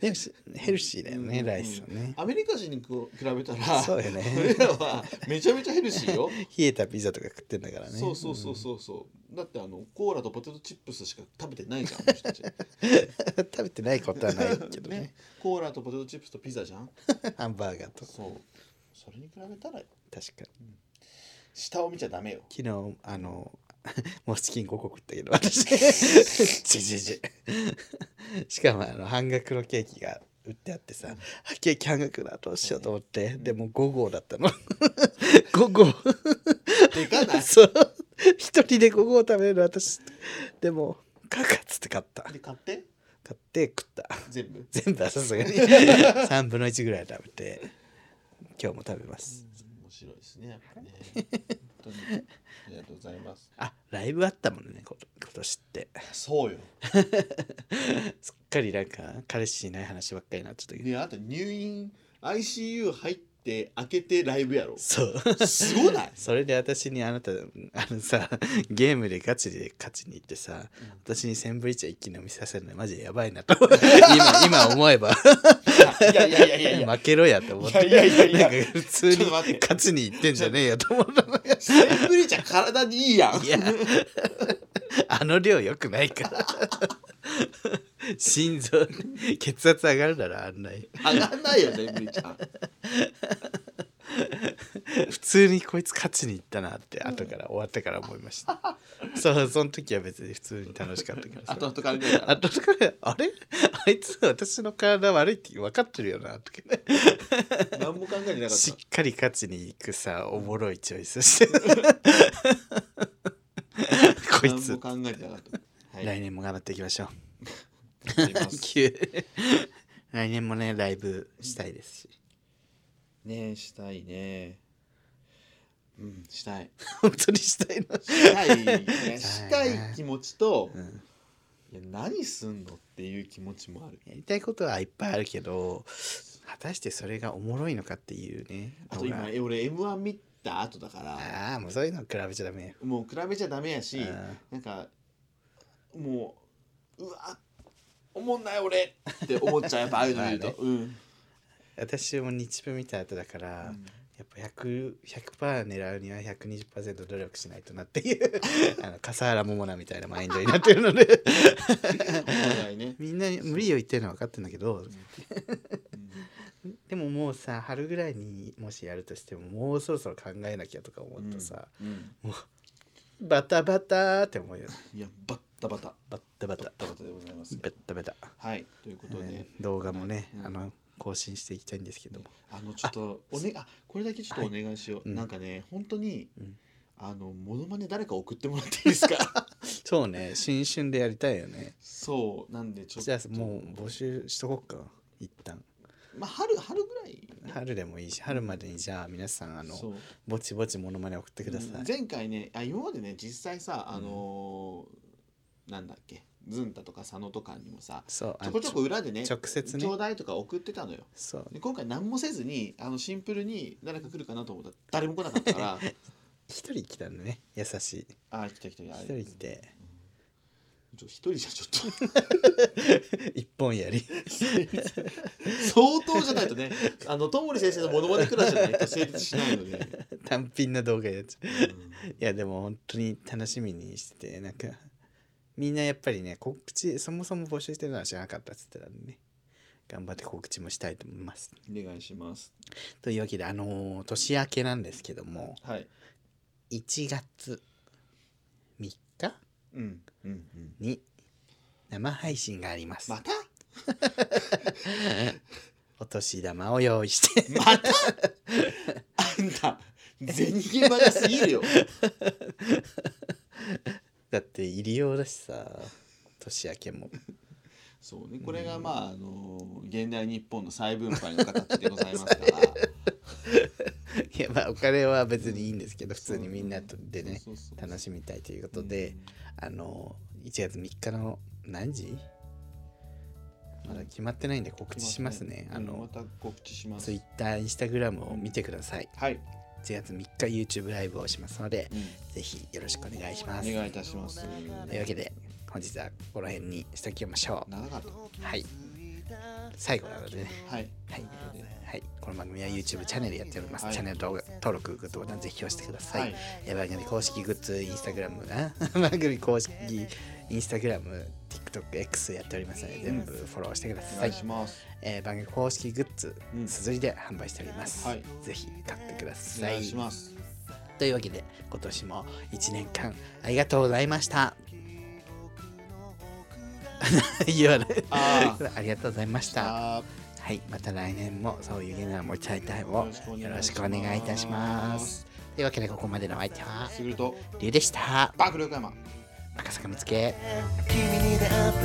[SPEAKER 1] でもしヘルシーだよね、
[SPEAKER 2] うん
[SPEAKER 1] ライスはね、
[SPEAKER 2] アメリカ人にこう比べた ら
[SPEAKER 1] そうよね
[SPEAKER 2] 俺らはめちゃめちゃヘルシーよ、
[SPEAKER 1] 冷えたピザとか食ってんだからね
[SPEAKER 2] そうそうそうそうそうだってあのコーラとポテトチップスしか食べて ないじゃんあの人たち
[SPEAKER 1] 食べてないことはないけど ね
[SPEAKER 2] ねコーラとポテトチップスとピザじゃん
[SPEAKER 1] ハンバーガーと
[SPEAKER 2] そうそれに比べたら
[SPEAKER 1] 確かに
[SPEAKER 2] 下を見ちゃダ メよ
[SPEAKER 1] 昨日あの モスチキン5個食ったけど私じじじしかもあの半額のケーキが売ってあってさ、あケーキ半額だどうしようと思って、でも5号だったの5号
[SPEAKER 2] でかない
[SPEAKER 1] そう一人で5号食べるの私でもカカっつって買った買
[SPEAKER 2] で買って
[SPEAKER 1] って食った
[SPEAKER 2] 全部
[SPEAKER 1] 全部はさすがに3分の1ぐらい食べて今日も食べます
[SPEAKER 2] 面白いですねやっぱね本当にありがとうございます
[SPEAKER 1] あライブあったもんねこと今年って
[SPEAKER 2] そうよ
[SPEAKER 1] すっかりなんか彼氏いない話ばっかりになっちゃったけど、
[SPEAKER 2] ねあと入院 ICU 入って開けてライブやろ
[SPEAKER 1] そう
[SPEAKER 2] すごない
[SPEAKER 1] それで私にあなた あのさゲームでガチで勝ちに行ってさ、私にセンブリ茶一気飲みさせるのマジでやばいなと 今今思えば
[SPEAKER 2] いやいやいやいやいや
[SPEAKER 1] 負けろやと思っ
[SPEAKER 2] い
[SPEAKER 1] て
[SPEAKER 2] やいやいやいや
[SPEAKER 1] なんか普通に
[SPEAKER 2] ちょっと待って
[SPEAKER 1] 勝ちに行ってんじゃねえよと思ったのよ
[SPEAKER 2] センブリ茶体にいいやん
[SPEAKER 1] いやあの量よくないから心臓血圧上がるならあんない
[SPEAKER 2] 上がんないよセンブ リ茶
[SPEAKER 1] 普通にこいつ勝ちに行ったなって後から終わってから思いましたそうその時は別に普通に楽しかったけどさ
[SPEAKER 2] 後々考えたら
[SPEAKER 1] 後からあれあいつ私の体悪いって分かってるよなとかね
[SPEAKER 2] 何も考えてなかっ
[SPEAKER 1] したっかり勝ちに行くさおもろいチョイスしてこい
[SPEAKER 2] 何も
[SPEAKER 1] つ、
[SPEAKER 2] 考えてなかったはい
[SPEAKER 1] 来年も頑張っていきましょう
[SPEAKER 2] あります
[SPEAKER 1] 急来年もねライブしたいですし
[SPEAKER 2] ねしたいねうんしたい
[SPEAKER 1] 本当にしたいの
[SPEAKER 2] したいねしたい気持ちと
[SPEAKER 1] ん
[SPEAKER 2] いや何すんのっていう気持ちもある
[SPEAKER 1] やりたいことはいっぱいあるけど果たしてそれがおもろいのかっていうね
[SPEAKER 2] あと
[SPEAKER 1] のが
[SPEAKER 2] 今え俺 M1 見た後だから
[SPEAKER 1] ああもうそういうの比べちゃダメよ
[SPEAKER 2] もう比べちゃダメやし
[SPEAKER 1] うん
[SPEAKER 2] なんかもううわおもんない俺って思っちゃうやっぱああいうの見 ると、
[SPEAKER 1] ま
[SPEAKER 2] うん
[SPEAKER 1] 私も日分見た後だから、
[SPEAKER 2] うん
[SPEAKER 1] やっぱ 100%, 100狙うには120%努力しないとなっていう あの笠原桃奈みたいなマインドになってるので
[SPEAKER 2] おもんないね、
[SPEAKER 1] みんなに無理を言ってるのは分かってるんだけど
[SPEAKER 2] うん
[SPEAKER 1] でももうさ春ぐらいにもしやるとしてももうそろそろ考えなきゃとか思うとさ、
[SPEAKER 2] うん
[SPEAKER 1] バタバタって思うよ
[SPEAKER 2] いやバッタバタ
[SPEAKER 1] バッタバ
[SPEAKER 2] バッ
[SPEAKER 1] タ
[SPEAKER 2] タバタでございます
[SPEAKER 1] ベッタベタ、
[SPEAKER 2] はいということで、
[SPEAKER 1] えー動画もね、
[SPEAKER 2] うん
[SPEAKER 1] あの更新していきたいんですけども
[SPEAKER 2] あのちょっとおねあこれだけちょっとお願いしよう、
[SPEAKER 1] うん
[SPEAKER 2] なんかね本当に、
[SPEAKER 1] うん
[SPEAKER 2] あのモノマネ誰か送ってもらっていいで すか
[SPEAKER 1] そうね新春でやりたいよね
[SPEAKER 2] そうなんでちょっと
[SPEAKER 1] じゃあもう募集しとこっか一旦
[SPEAKER 2] まあ春春ぐらい
[SPEAKER 1] 春でもいいし春までにじゃあ皆さんあ
[SPEAKER 2] そ
[SPEAKER 1] の
[SPEAKER 2] う
[SPEAKER 1] ぼちぼちモノマネ送ってください、
[SPEAKER 2] うん前回ねあ今までね実際さあのーなんだっけズンタとか佐野とかにもさ
[SPEAKER 1] そうあ
[SPEAKER 2] ちょ
[SPEAKER 1] の
[SPEAKER 2] こちょこ裏でね
[SPEAKER 1] 直接ね
[SPEAKER 2] ちょうだいとか送ってたのよ
[SPEAKER 1] そう
[SPEAKER 2] で今回何もせずにあのシンプルに誰か来るかなと思ったら誰も来なかったから
[SPEAKER 1] 一一人来たんだね優しい
[SPEAKER 2] あ来た来た来た
[SPEAKER 1] 一人来て
[SPEAKER 2] ちょ一人じゃちょっと
[SPEAKER 1] 一本やり
[SPEAKER 2] 相当じゃないとねあの友利先生のモノマネくらいじゃないと成立しないので、
[SPEAKER 1] 単品な動画やっちゃう
[SPEAKER 2] うん
[SPEAKER 1] いやでも本当に楽しみにしててなんかみんなやっぱりね告知そもそも募集してるのは知らなかったっつってたんでね頑張って告知もしたいと思います
[SPEAKER 2] お願いします
[SPEAKER 1] というわけであのー年明けなんですけども
[SPEAKER 2] はい
[SPEAKER 1] 1月3日
[SPEAKER 2] うんうんうん
[SPEAKER 1] に生配信があります、
[SPEAKER 2] また
[SPEAKER 1] お年玉を用意して
[SPEAKER 2] またあんた銭ゲバがすぎるよ
[SPEAKER 1] だって入り用だしさ年明けも
[SPEAKER 2] そうねこれがまあ、あの現代日本の再分配の形でございますか ら
[SPEAKER 1] いやまあお金は別にいいんですけ ど普通にみんなとでね
[SPEAKER 2] そうそうそう
[SPEAKER 1] 楽しみたいということで、あの1月3日の何時まだ決まってないんで告知しますね。あ
[SPEAKER 2] ま
[SPEAKER 1] の
[SPEAKER 2] た告知します。
[SPEAKER 1] Twitter、Instagram を見てください。
[SPEAKER 2] はい、
[SPEAKER 1] 1月3日 YouTube ライブをしますので
[SPEAKER 2] う、ん
[SPEAKER 1] ぜひよろしくお願いします。
[SPEAKER 2] お願いいたします。
[SPEAKER 1] というわけで、本日はこの辺にしておきましょ
[SPEAKER 2] 長かった。
[SPEAKER 1] う。はい。最後なのでね。
[SPEAKER 2] はい。
[SPEAKER 1] はい。はい、この番組は YouTube チャンネルやっております。
[SPEAKER 2] はい
[SPEAKER 1] チャンネル登録、登録グッドボタンぜひ押してください。
[SPEAKER 2] はい
[SPEAKER 1] えー番組公式グッズ、Instagram、あ 番組公式 Instagram、TikTokX やっておりますので、全部フォローしてくだ
[SPEAKER 2] お
[SPEAKER 1] さ
[SPEAKER 2] 願
[SPEAKER 1] い。
[SPEAKER 2] いします。
[SPEAKER 1] えー番組公式グッズ
[SPEAKER 2] う、ん
[SPEAKER 1] すずりで販売しております。
[SPEAKER 2] はい
[SPEAKER 1] ぜひ買ってくだ
[SPEAKER 2] お
[SPEAKER 1] さ
[SPEAKER 2] 願
[SPEAKER 1] い
[SPEAKER 2] いし。ます。
[SPEAKER 1] というわけで、今年も1年間ありがとうございました。 言わない。
[SPEAKER 2] あ ー
[SPEAKER 1] ありがとうございました。
[SPEAKER 2] あ
[SPEAKER 1] はい、また来年もそういうゲームの持ち合いタイム
[SPEAKER 2] ー
[SPEAKER 1] をよろしくお願いいたします。。というわけでここまでのお相手は
[SPEAKER 2] すぐると、
[SPEAKER 1] りゅうでした。
[SPEAKER 2] バックル岡山。
[SPEAKER 1] 赤坂見つけ。
[SPEAKER 3] 君に出会って